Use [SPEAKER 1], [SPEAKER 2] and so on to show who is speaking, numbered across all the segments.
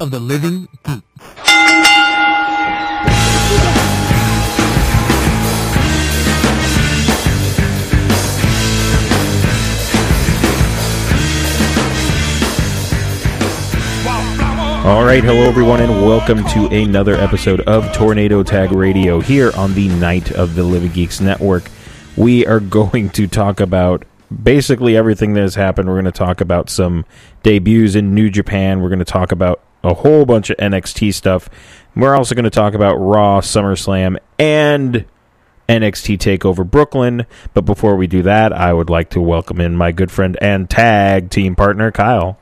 [SPEAKER 1] of the living geek.
[SPEAKER 2] All right, hello everyone, and welcome to another episode of Tornado Tag Radio here on the Night of the Living Geeks Network. We are going to talk about basically everything that has happened. We're going to talk about some debuts in New Japan. We're going to talk about a whole bunch of NXT stuff. We're also going to talk about Raw, SummerSlam, and NXT Takeover Brooklyn. But before we do that, I would like to welcome in my good friend and tag team partner, Kyle.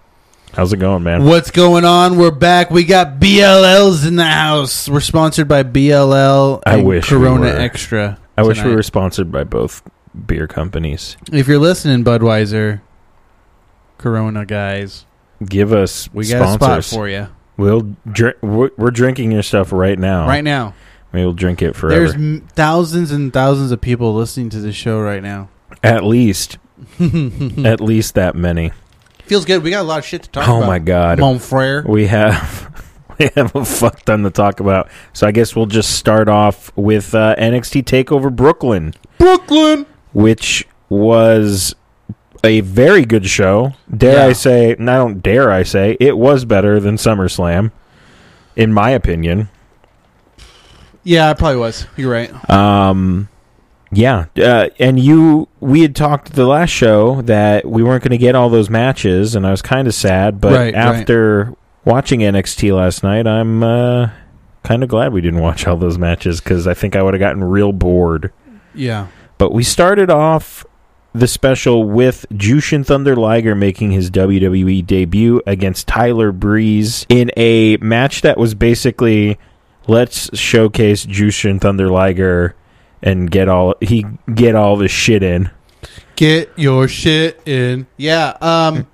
[SPEAKER 2] How's it going, man?
[SPEAKER 1] What's going on? We're back. We got BLLs in the house. We're sponsored by BLL
[SPEAKER 2] I
[SPEAKER 1] and
[SPEAKER 2] wish we
[SPEAKER 1] Corona
[SPEAKER 2] were.
[SPEAKER 1] Extra.
[SPEAKER 2] I wish we
[SPEAKER 1] tonight.
[SPEAKER 2] were sponsored by both beer companies.
[SPEAKER 1] If you're listening, Budweiser, Corona guys,
[SPEAKER 2] Give us
[SPEAKER 1] we got
[SPEAKER 2] sponsors.
[SPEAKER 1] a spot for you
[SPEAKER 2] We'll drink. We're, we're drinking your stuff right now.
[SPEAKER 1] right now.
[SPEAKER 2] We'll drink it Oh, forever.
[SPEAKER 1] There's m- thousands and thousands of people listening to this show right now.
[SPEAKER 2] at least, at least that many.
[SPEAKER 1] Feels good. We got a lot of shit to talk
[SPEAKER 2] oh
[SPEAKER 1] about.
[SPEAKER 2] my god,
[SPEAKER 1] Mon frere.
[SPEAKER 2] we have we have a fuck ton to talk about. So I guess we'll just start off with uh, NXT Takeover Brooklyn,
[SPEAKER 1] Brooklyn.
[SPEAKER 2] which was a very good show. Dare I
[SPEAKER 1] Yeah.
[SPEAKER 2] say? and I don't dare I say it was better than SummerSlam, in my opinion.
[SPEAKER 1] Yeah, I probably was. You're right.
[SPEAKER 2] Um, yeah, uh, and you, we had talked the last show that we weren't going to get all those matches, and I was kind of sad. But
[SPEAKER 1] Right, right.
[SPEAKER 2] after watching NXT last night, I'm uh, kind of glad we didn't watch all those matches because I think I would have gotten real bored.
[SPEAKER 1] Yeah.
[SPEAKER 2] But we started off the special with Jushin Thunder Liger making his WWE debut against Tyler Breeze in a match that was basically let's showcase Jushin Thunder Liger and get all he get all this shit in.
[SPEAKER 1] Get your shit in. Yeah. Um.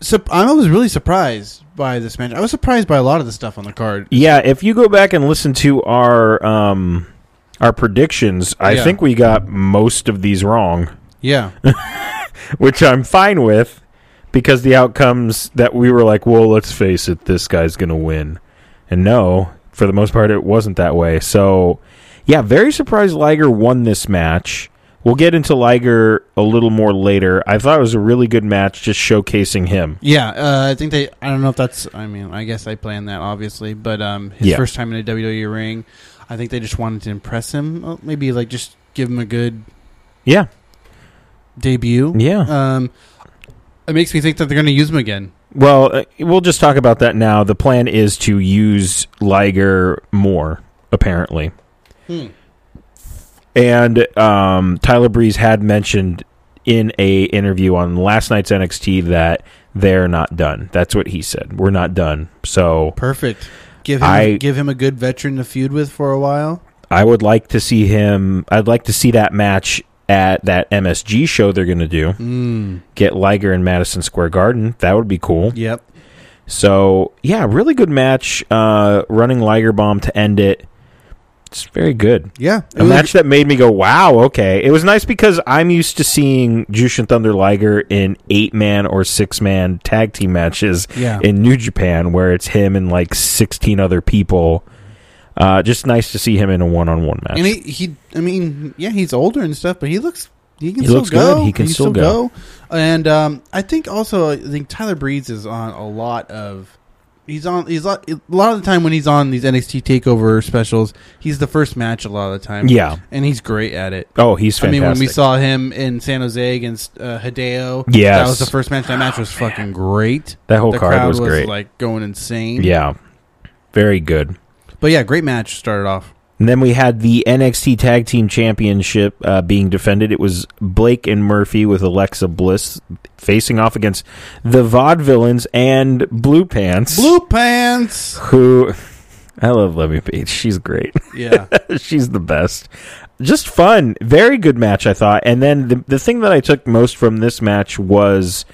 [SPEAKER 1] So I was really surprised by this match. I was surprised by a lot of the stuff on the card.
[SPEAKER 2] Yeah, if you go back and listen to our um our predictions, I
[SPEAKER 1] Yeah.
[SPEAKER 2] think we got most of these wrong.
[SPEAKER 1] Yeah.
[SPEAKER 2] which I'm fine with because the outcomes that we were like, well, let's face it, this guy's going to win. And no, for the most part, it wasn't that way. So, yeah, very surprised Liger won this match. We'll get into Liger a little more later. I thought it was a really good match just showcasing him.
[SPEAKER 1] Yeah. Uh, I think they. I don't know if that's. I mean, I guess I planned that obviously, but um, his
[SPEAKER 2] Yeah.
[SPEAKER 1] first time in a WWE ring, I think they just wanted to impress him. Oh, Maybe like just give him a good
[SPEAKER 2] Yeah.
[SPEAKER 1] debut.
[SPEAKER 2] Yeah.
[SPEAKER 1] Um. It makes me think that they're going to use him again.
[SPEAKER 2] Well, uh, we'll just talk about that now. The plan is to use Liger more, apparently.
[SPEAKER 1] Hmm.
[SPEAKER 2] And um, Tyler Breeze had mentioned in a interview on last night's NXT that they're not done. That's what he said. We're not done. So
[SPEAKER 1] Perfect. Give him
[SPEAKER 2] I-
[SPEAKER 1] give him a good veteran to feud with for a while.
[SPEAKER 2] I would like to see him. I'd like to see that match at that MSG show they're going to do.
[SPEAKER 1] Mm.
[SPEAKER 2] Get Liger in Madison Square Garden. That would be cool.
[SPEAKER 1] Yep.
[SPEAKER 2] So yeah, really good match. Uh, running Liger bomb to end it. It's very good.
[SPEAKER 1] Yeah. It
[SPEAKER 2] A
[SPEAKER 1] was-
[SPEAKER 2] match that made me go, wow, okay. It was nice because I'm used to seeing Jushin Thunder Liger in eight man or six man tag team matches
[SPEAKER 1] Yeah.
[SPEAKER 2] in New Japan where it's him and like 16 other people. Uh, just nice to see him in a one on one match.
[SPEAKER 1] And he, he, I mean, yeah, he's older and stuff, but he looks, he can
[SPEAKER 2] He
[SPEAKER 1] still
[SPEAKER 2] looks
[SPEAKER 1] go.
[SPEAKER 2] good. He can still go.
[SPEAKER 1] And um, I think also, I think Tyler Breeze is on a lot of. He's on. He's on- a lot of the time when he's on these NXT Takeover specials. He's the first match a lot of the time.
[SPEAKER 2] Yeah.
[SPEAKER 1] and he's great at it.
[SPEAKER 2] oh, he's
[SPEAKER 1] I
[SPEAKER 2] fantastic.
[SPEAKER 1] mean, when we saw him in San Jose against uh, Hideo,
[SPEAKER 2] Yes.
[SPEAKER 1] that was the first match. That match was fucking great.
[SPEAKER 2] that whole
[SPEAKER 1] the
[SPEAKER 2] card
[SPEAKER 1] crowd
[SPEAKER 2] was, great.
[SPEAKER 1] like going insane.
[SPEAKER 2] yeah. Very good.
[SPEAKER 1] but yeah, great match started off.
[SPEAKER 2] And then we had the NXT Tag Team Championship uh, being defended. It was Blake and Murphy with Alexa Bliss facing off against the Vaudevillains and Blue Pants.
[SPEAKER 1] Blue pants.
[SPEAKER 2] Who. I love Levy Page. She's great.
[SPEAKER 1] Yeah.
[SPEAKER 2] She's the best. Just fun. Very good match, I thought. And then the, the thing that I took most from this match was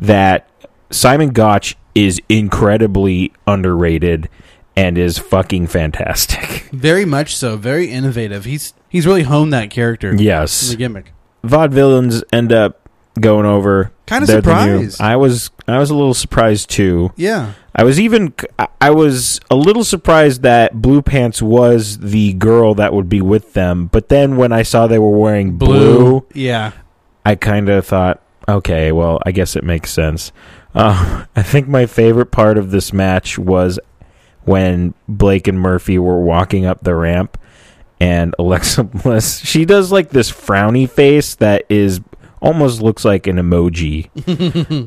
[SPEAKER 2] that Simon Gotch is incredibly underrated and is fucking fantastic.
[SPEAKER 1] Very much so. Very innovative. He's he's really honed that character.
[SPEAKER 2] yes.
[SPEAKER 1] The gimmick.
[SPEAKER 2] vaudevillains end up going over
[SPEAKER 1] Kind of
[SPEAKER 2] there than you.
[SPEAKER 1] surprised.
[SPEAKER 2] I was I was a little surprised too.
[SPEAKER 1] yeah.
[SPEAKER 2] I was even I- I was a little surprised that Blue Pants was the girl that would be with them, but then when I saw they were wearing blue,
[SPEAKER 1] Yeah.
[SPEAKER 2] I kind of thought, okay, well, I guess it makes sense. Uh, I think my favorite part of this match was when Blake and Murphy were walking up the ramp, and Alexa Bliss she does like this frowny face that is almost looks like an emoji,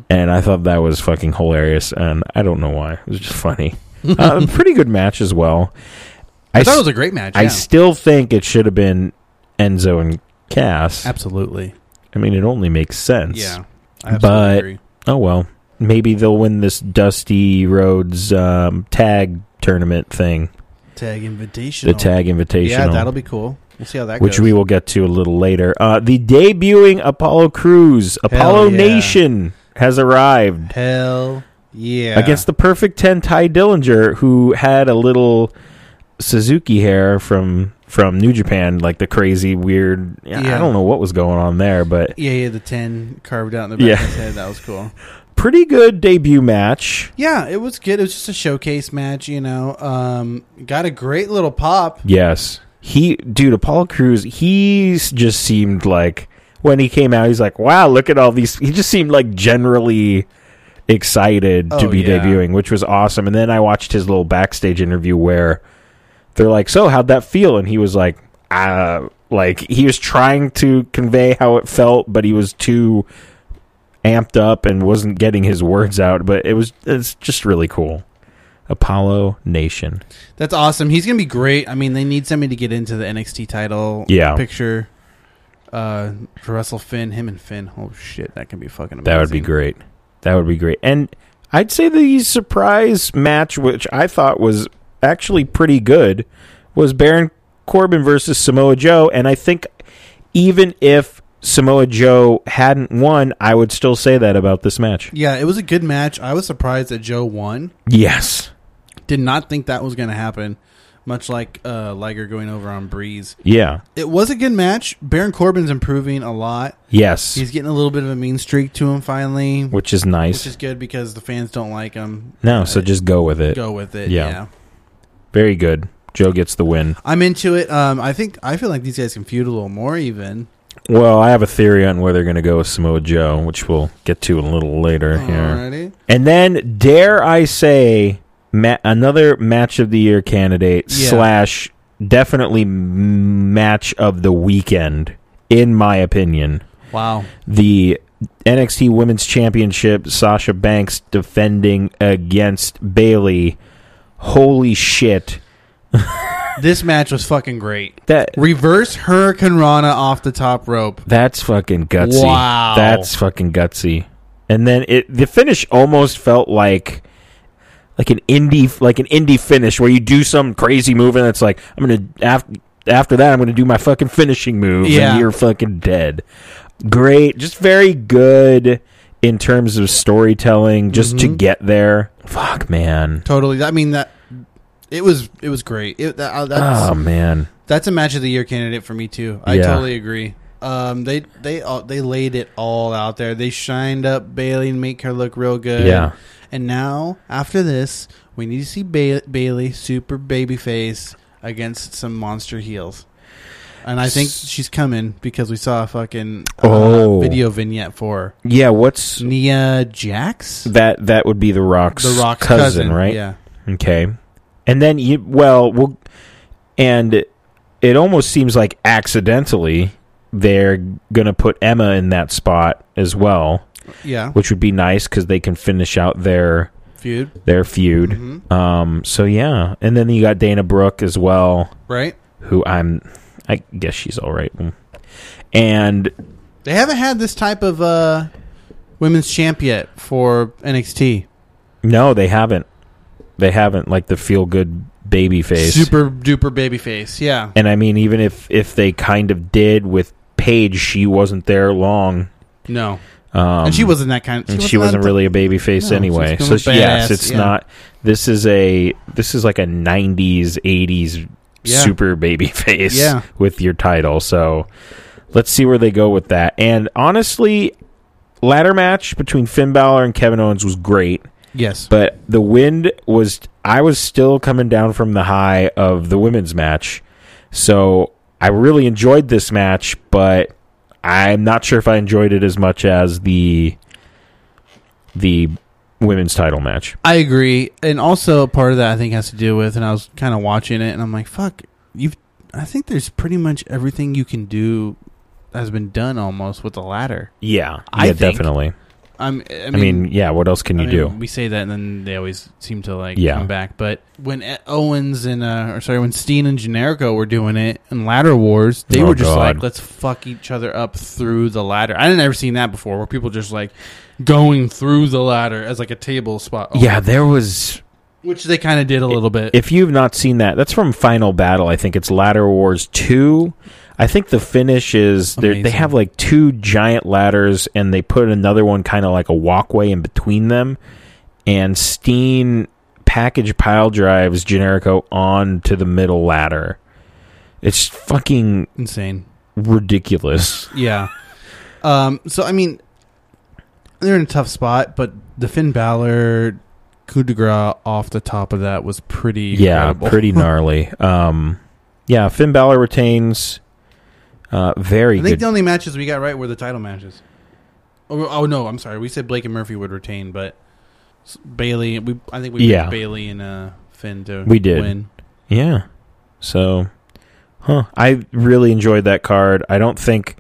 [SPEAKER 2] and I thought that was fucking hilarious, and I don't know why it was just funny. uh, pretty good match as well.
[SPEAKER 1] I, thought
[SPEAKER 2] s-
[SPEAKER 1] it was a great match.
[SPEAKER 2] I
[SPEAKER 1] yeah.
[SPEAKER 2] still think it should have been Enzo and Cass.
[SPEAKER 1] Absolutely.
[SPEAKER 2] I mean, it only makes sense.
[SPEAKER 1] Yeah. I
[SPEAKER 2] But-
[SPEAKER 1] agree.
[SPEAKER 2] Oh well, maybe they'll win this Dusty Rhodes um, tag tournament thing,
[SPEAKER 1] tag invitation.
[SPEAKER 2] the Tag Invitational,
[SPEAKER 1] Yeah, that'll be cool. We'll see how that
[SPEAKER 2] which
[SPEAKER 1] goes.
[SPEAKER 2] we will get to a little later. Uh, the debuting Apollo Crews, Apollo
[SPEAKER 1] yeah.
[SPEAKER 2] Nation, has arrived
[SPEAKER 1] Hell yeah.
[SPEAKER 2] against the Perfect Ten Ty Dillinger, who had a little Suzuki hair from from New Japan, like the crazy weird. I
[SPEAKER 1] Yeah.
[SPEAKER 2] don't know what was going on there, but
[SPEAKER 1] Yeah, yeah, the ten carved out in the back
[SPEAKER 2] Yeah.
[SPEAKER 1] of his head. That was cool.
[SPEAKER 2] pretty good debut match.
[SPEAKER 1] Yeah, it was good. It was just a showcase match, you know. Um, got a great little pop.
[SPEAKER 2] Yes. He, dude, Apollo Cruz, he s- just seemed like, when he came out, he's like, wow, look at all these. He just seemed like generally excited to
[SPEAKER 1] Oh,
[SPEAKER 2] be
[SPEAKER 1] yeah.
[SPEAKER 2] debuting, which was awesome. And then I watched his little backstage interview where they're like, so how'd that feel? And he was like, uh, like he was trying to convey how it felt, but he was too amped up and wasn't getting his words out. But it was, it's just really cool. Apollo Nation.
[SPEAKER 1] That's awesome. He's gonna be great. I mean, they need somebody to get into the NXT title
[SPEAKER 2] Yeah.
[SPEAKER 1] picture. Uh, to wrestle Finn, him and Finn. Oh shit, that can be fucking. Amazing.
[SPEAKER 2] That would be great. That would be great. And I'd say the surprise match, which I thought was actually pretty good, was Baron Corbin versus Samoa Joe. And I think even if Samoa Joe hadn't won, I would still say that about this match.
[SPEAKER 1] Yeah, it was a good match. I was surprised that Joe won.
[SPEAKER 2] Yes.
[SPEAKER 1] Did not think that was gonna happen. Much like uh, Liger going over on Breeze.
[SPEAKER 2] Yeah.
[SPEAKER 1] It was a good match. Baron Corbin's improving a lot.
[SPEAKER 2] Yes.
[SPEAKER 1] He's getting a little bit of a mean streak to him finally,
[SPEAKER 2] which is nice.
[SPEAKER 1] which is good because the fans don't like him.
[SPEAKER 2] no, so just go with it.
[SPEAKER 1] go with it.
[SPEAKER 2] Yeah.
[SPEAKER 1] Yeah.
[SPEAKER 2] Very good. Joe gets the win.
[SPEAKER 1] I'm into it. Um, I think I feel like these guys can feud a little more. Even
[SPEAKER 2] Well, I have a theory on where they're going to go with Samoa Joe, which we'll get to a little later here.
[SPEAKER 1] alrighty.
[SPEAKER 2] And then, dare I say, ma- another match of the year candidate
[SPEAKER 1] Yeah.
[SPEAKER 2] slash definitely m- match of the weekend, in my opinion.
[SPEAKER 1] Wow.
[SPEAKER 2] The NXT Women's Championship, Sasha Banks defending against Bailey. Holy shit!
[SPEAKER 1] This match was fucking great.
[SPEAKER 2] That
[SPEAKER 1] Reverse Hurricane Rana off the top rope.
[SPEAKER 2] that's fucking gutsy.
[SPEAKER 1] Wow.
[SPEAKER 2] That's fucking gutsy. And then it the finish almost felt like like an indie like an indie finish where you do some crazy move and it's like I'm gonna after after that I'm gonna do my fucking finishing move
[SPEAKER 1] Yeah.
[SPEAKER 2] and you're fucking dead. Great, just very good in terms of storytelling, just to
[SPEAKER 1] Mhm.
[SPEAKER 2] get there. Fuck man.
[SPEAKER 1] Totally. I mean that. It was it was great. It, that, uh, that's
[SPEAKER 2] oh man.
[SPEAKER 1] that's a match of the year candidate for me too. I
[SPEAKER 2] Yeah.
[SPEAKER 1] totally agree. Um, they they all, they laid it all out there. They shined up Bailey and make her look real good.
[SPEAKER 2] Yeah.
[SPEAKER 1] And now, after this, we need to see ba- Bailey, super babyface, against some monster heels. And I think she's coming because we saw a fucking uh,
[SPEAKER 2] Oh.
[SPEAKER 1] video vignette for
[SPEAKER 2] Yeah, what's
[SPEAKER 1] Nia Jax,
[SPEAKER 2] that that would be the rock's,
[SPEAKER 1] the Rock's
[SPEAKER 2] cousin,
[SPEAKER 1] cousin,
[SPEAKER 2] right?
[SPEAKER 1] Yeah,
[SPEAKER 2] Okay. And then you well, well and it almost seems like accidentally they're going to put Emma in that spot as well,
[SPEAKER 1] yeah,
[SPEAKER 2] which would be nice cuz they can finish out their
[SPEAKER 1] feud,
[SPEAKER 2] their feud.
[SPEAKER 1] Mhm.
[SPEAKER 2] Um so yeah, and then you got Dana Brooke as well,
[SPEAKER 1] right?
[SPEAKER 2] who I'm I guess she's all right. And
[SPEAKER 1] They haven't had this type of uh, women's champ yet for NXT.
[SPEAKER 2] no, they haven't. They haven't like the feel good baby face.
[SPEAKER 1] Super duper babyface, yeah.
[SPEAKER 2] And I mean, even if if they kind of did with Paige, she wasn't there long.
[SPEAKER 1] No,
[SPEAKER 2] Um,
[SPEAKER 1] and she wasn't that kind.
[SPEAKER 2] and she wasn't
[SPEAKER 1] that-
[SPEAKER 2] really a baby face
[SPEAKER 1] No,
[SPEAKER 2] anyway.
[SPEAKER 1] she's
[SPEAKER 2] So
[SPEAKER 1] kinda
[SPEAKER 2] she, yes,
[SPEAKER 1] badass,
[SPEAKER 2] it's
[SPEAKER 1] yeah.
[SPEAKER 2] not. This is a this is like a '90s '80s
[SPEAKER 1] Yeah.
[SPEAKER 2] super baby face
[SPEAKER 1] Yeah.
[SPEAKER 2] with your title. So let's see where they go with that. And honestly, ladder match between Finn Balor and Kevin Owens was great,
[SPEAKER 1] Yes.
[SPEAKER 2] but the wind was. I was still coming down from the high of the women's match, so I really enjoyed this match, but I'm not sure if I enjoyed it as much as the the women's title match.
[SPEAKER 1] I agree, and also part of that I think has to do with, and I was kind of watching it, and I'm like, "Fuck, you've." I think there's pretty much everything you can do has been done almost with the ladder.
[SPEAKER 2] Yeah, yeah,
[SPEAKER 1] I think-
[SPEAKER 2] definitely.
[SPEAKER 1] I'm, I
[SPEAKER 2] I
[SPEAKER 1] mean,
[SPEAKER 2] mean, yeah. What else can
[SPEAKER 1] I
[SPEAKER 2] you
[SPEAKER 1] mean,
[SPEAKER 2] do?
[SPEAKER 1] We say that, and then they always seem to like
[SPEAKER 2] Yeah.
[SPEAKER 1] come back. But when E- Owens and uh, or sorry, when Steen and Generico were doing it in Ladder Wars, they
[SPEAKER 2] Oh,
[SPEAKER 1] were just
[SPEAKER 2] God.
[SPEAKER 1] like, "Let's fuck each other up through the ladder." I had never seen that before, where people just like going through the ladder as like a table spot. Oh,
[SPEAKER 2] Yeah, there was
[SPEAKER 1] which they kind of did a little bit.
[SPEAKER 2] If you've not seen that, that's from Final Battle. I think it's Ladder Wars 2. I think the finish is they're- they
[SPEAKER 1] Amazing.
[SPEAKER 2] have like two giant ladders and they put another one kind of like a walkway in between them. And Steen package pile drives Generico onto the middle ladder. It's fucking
[SPEAKER 1] Insane.
[SPEAKER 2] ridiculous.
[SPEAKER 1] Yeah. Um, so I mean, they're in a tough spot, but the Finn Balor coup de grace off the top of that was pretty.
[SPEAKER 2] yeah,
[SPEAKER 1] incredible.
[SPEAKER 2] pretty gnarly. Um, yeah, Finn Balor retains. Uh, very
[SPEAKER 1] I think
[SPEAKER 2] good.
[SPEAKER 1] the only matches we got right were the title matches. Oh, oh no, I'm sorry. We said Blake and Murphy would retain, but s- Bailey. We I think we
[SPEAKER 2] Yeah.
[SPEAKER 1] picked Bailey and uh, Finn to
[SPEAKER 2] We did.
[SPEAKER 1] win.
[SPEAKER 2] Yeah. So, huh. I really enjoyed that card. I don't think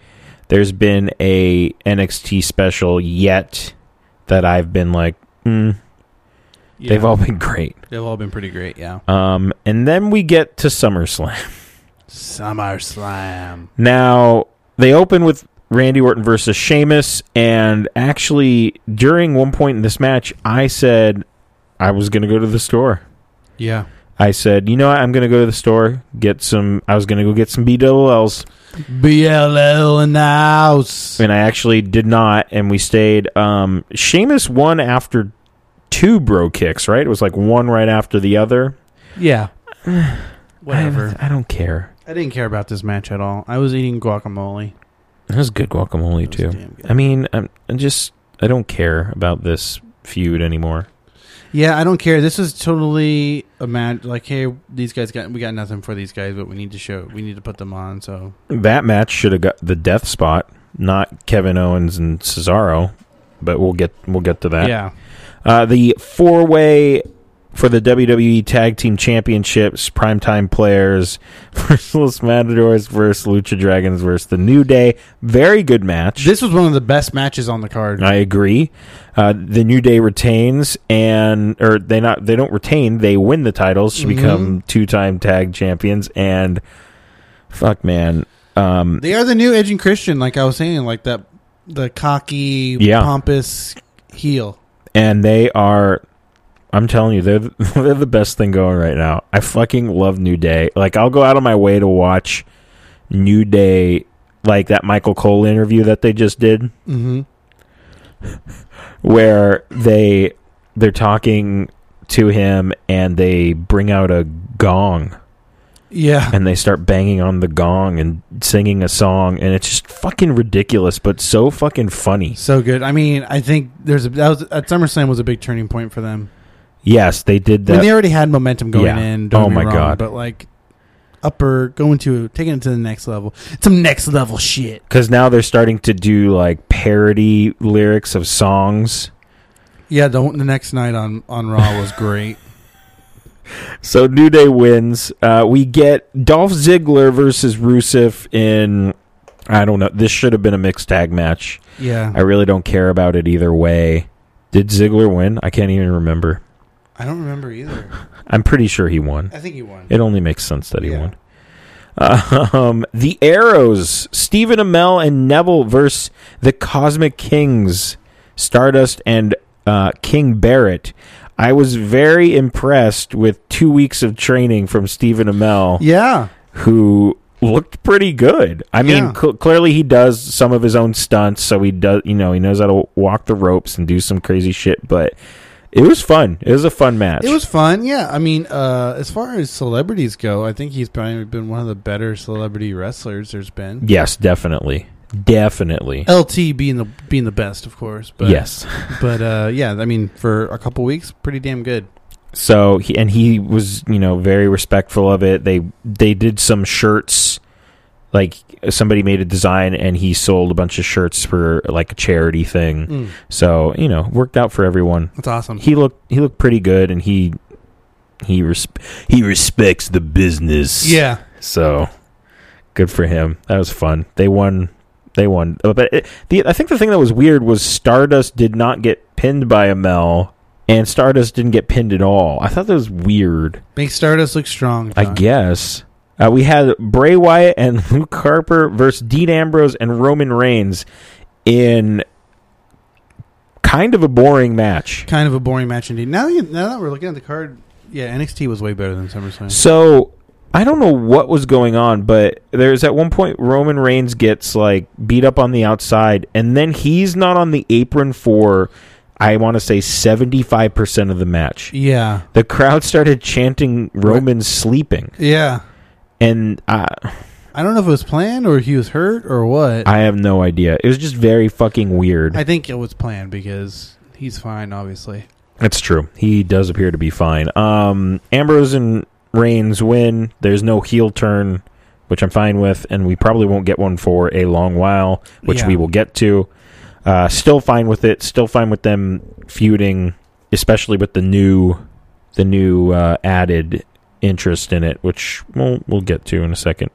[SPEAKER 2] there's been a NXT special yet that I've been like, mm,
[SPEAKER 1] Yeah.
[SPEAKER 2] they've all been great.
[SPEAKER 1] they've all been pretty great. Yeah,
[SPEAKER 2] Um, and then we get to SummerSlam.
[SPEAKER 1] SummerSlam.
[SPEAKER 2] Now, they open with Randy Orton versus Sheamus. And actually, during one point in this match, I said I was going to go to the store.
[SPEAKER 1] Yeah,
[SPEAKER 2] I said, you know what? I'm going to go to the store, get some. I was going to go get some BLLs.
[SPEAKER 1] BLL in the house.
[SPEAKER 2] and I actually did not, and we stayed. Um, Sheamus won after two bro kicks, right? It was like one right after the other.
[SPEAKER 1] Yeah,
[SPEAKER 2] I
[SPEAKER 1] whatever.
[SPEAKER 2] don't, I don't care.
[SPEAKER 1] I didn't care about this match at all. I was eating guacamole.
[SPEAKER 2] That was good guacamole
[SPEAKER 1] It was
[SPEAKER 2] too.
[SPEAKER 1] damn good.
[SPEAKER 2] I mean, I'm, I just I don't care about this feud anymore.
[SPEAKER 1] Yeah, I don't care. This is totally a match. Like, hey, these guys got we got nothing for these guys, but we need to show we need to put them on. So
[SPEAKER 2] That match should have got the death spot, not Kevin Owens and Cesaro. But we'll get we'll get to that.
[SPEAKER 1] yeah,
[SPEAKER 2] Uh, the four way for the WWE Tag Team Championships, primetime players versus Los Matadors versus Lucha Dragons versus The New Day. Very good match.
[SPEAKER 1] this was one of the best matches on the card.
[SPEAKER 2] I agree. Uh, the New Day retains and or they not they don't retain, they win the titles to become two time tag champions and fuck man. Um
[SPEAKER 1] They are the new Edge and Christian, like I was saying, like that the cocky,
[SPEAKER 2] Yeah.
[SPEAKER 1] pompous heel.
[SPEAKER 2] and they are I'm telling you, they're the, they're the best thing going right now. I fucking love New Day. Like I'll go out of my way to watch New Day, like that Michael Cole interview that they just did,
[SPEAKER 1] Mm-hmm.
[SPEAKER 2] where they they're talking to him and they bring out a gong
[SPEAKER 1] Yeah,
[SPEAKER 2] and they start banging on the gong and singing a song and it's just fucking ridiculous but so fucking funny.
[SPEAKER 1] so good. I mean, I think there's a that was at SummerSlam was a big turning point for them.
[SPEAKER 2] Yes, they did
[SPEAKER 1] I mean,
[SPEAKER 2] that.
[SPEAKER 1] they already had momentum going
[SPEAKER 2] Yeah.
[SPEAKER 1] in. Don't
[SPEAKER 2] Oh
[SPEAKER 1] get me
[SPEAKER 2] my
[SPEAKER 1] wrong,
[SPEAKER 2] God.
[SPEAKER 1] But like upper going to taking it to the next level. Some next level shit.
[SPEAKER 2] Because now they're starting to do like parody lyrics of songs.
[SPEAKER 1] Yeah, the, the next night on on Raw was great.
[SPEAKER 2] So New Day wins. Uh, we get Dolph Ziggler versus Rusev in. I don't know. This should have been a mixed tag match.
[SPEAKER 1] yeah,
[SPEAKER 2] I really don't care about it either way. Did Ziggler win? I can't even remember.
[SPEAKER 1] I don't remember either.
[SPEAKER 2] I'm pretty sure he won.
[SPEAKER 1] I think he won.
[SPEAKER 2] It only makes sense that he
[SPEAKER 1] Yeah.
[SPEAKER 2] won. Um, the Arrows, Stephen Amell and Neville versus the Cosmic Kings, Stardust and uh, King Barrett. I was very impressed with two weeks of training from Stephen Amell
[SPEAKER 1] Yeah,
[SPEAKER 2] who looked pretty good. I mean,
[SPEAKER 1] Yeah.
[SPEAKER 2] cl- clearly he does some of his own stunts, so he does, you know, he knows how to walk the ropes and do some crazy shit. But it was fun. It was a fun match.
[SPEAKER 1] it was fun. Yeah, I mean, uh, as far as celebrities go, I think he's probably been one of the better celebrity wrestlers there's been.
[SPEAKER 2] yes, definitely, Definitely.
[SPEAKER 1] LT being the being the best, of course. But
[SPEAKER 2] yes.
[SPEAKER 1] but uh, yeah, I mean, for a couple weeks, pretty damn good.
[SPEAKER 2] So he and he was, you know, very respectful of it. They they did some shirts like somebody made a design and he sold a bunch of shirts for like a charity thing.
[SPEAKER 1] Mm,
[SPEAKER 2] So, you know, worked out for everyone.
[SPEAKER 1] that's awesome.
[SPEAKER 2] He looked he looked pretty good and he he res- he respects the business.
[SPEAKER 1] yeah,
[SPEAKER 2] So good for him. That was fun. They won. They won. Uh, But it, the I think the thing that was weird was Stardust did not get pinned by Amel, and Stardust didn't get pinned at all. I thought that was weird.
[SPEAKER 1] make Stardust look strong.
[SPEAKER 2] I
[SPEAKER 1] John.
[SPEAKER 2] guess. Uh, we had Bray Wyatt and Luke Harper versus Dean Ambrose and Roman Reigns in kind of a boring match.
[SPEAKER 1] kind of a boring match indeed. Now, you, now that we're looking at the card, yeah, NXT was way better than SummerSlam.
[SPEAKER 2] So I don't know what was going on, but there's at one point Roman Reigns gets like beat up on the outside, and then he's not on the apron for I want to say 75% of the match.
[SPEAKER 1] Yeah,
[SPEAKER 2] The crowd started chanting Roman sleeping,
[SPEAKER 1] yeah.
[SPEAKER 2] and I,
[SPEAKER 1] I don't know if it was planned or he was hurt or what. I,
[SPEAKER 2] I have no idea. It was just very fucking weird.
[SPEAKER 1] think it was planned because he's fine, obviously.
[SPEAKER 2] That's true. He does appear to be fine. Um, Ambrose and Reigns win. There's no heel turn, which I'm fine with, and we probably won't get one for a long while, which
[SPEAKER 1] Yeah.
[SPEAKER 2] we will get to. Uh, still fine with it. Still fine with them feuding, especially with the new, the new uh, added interest in it, which we'll we'll get to in a second.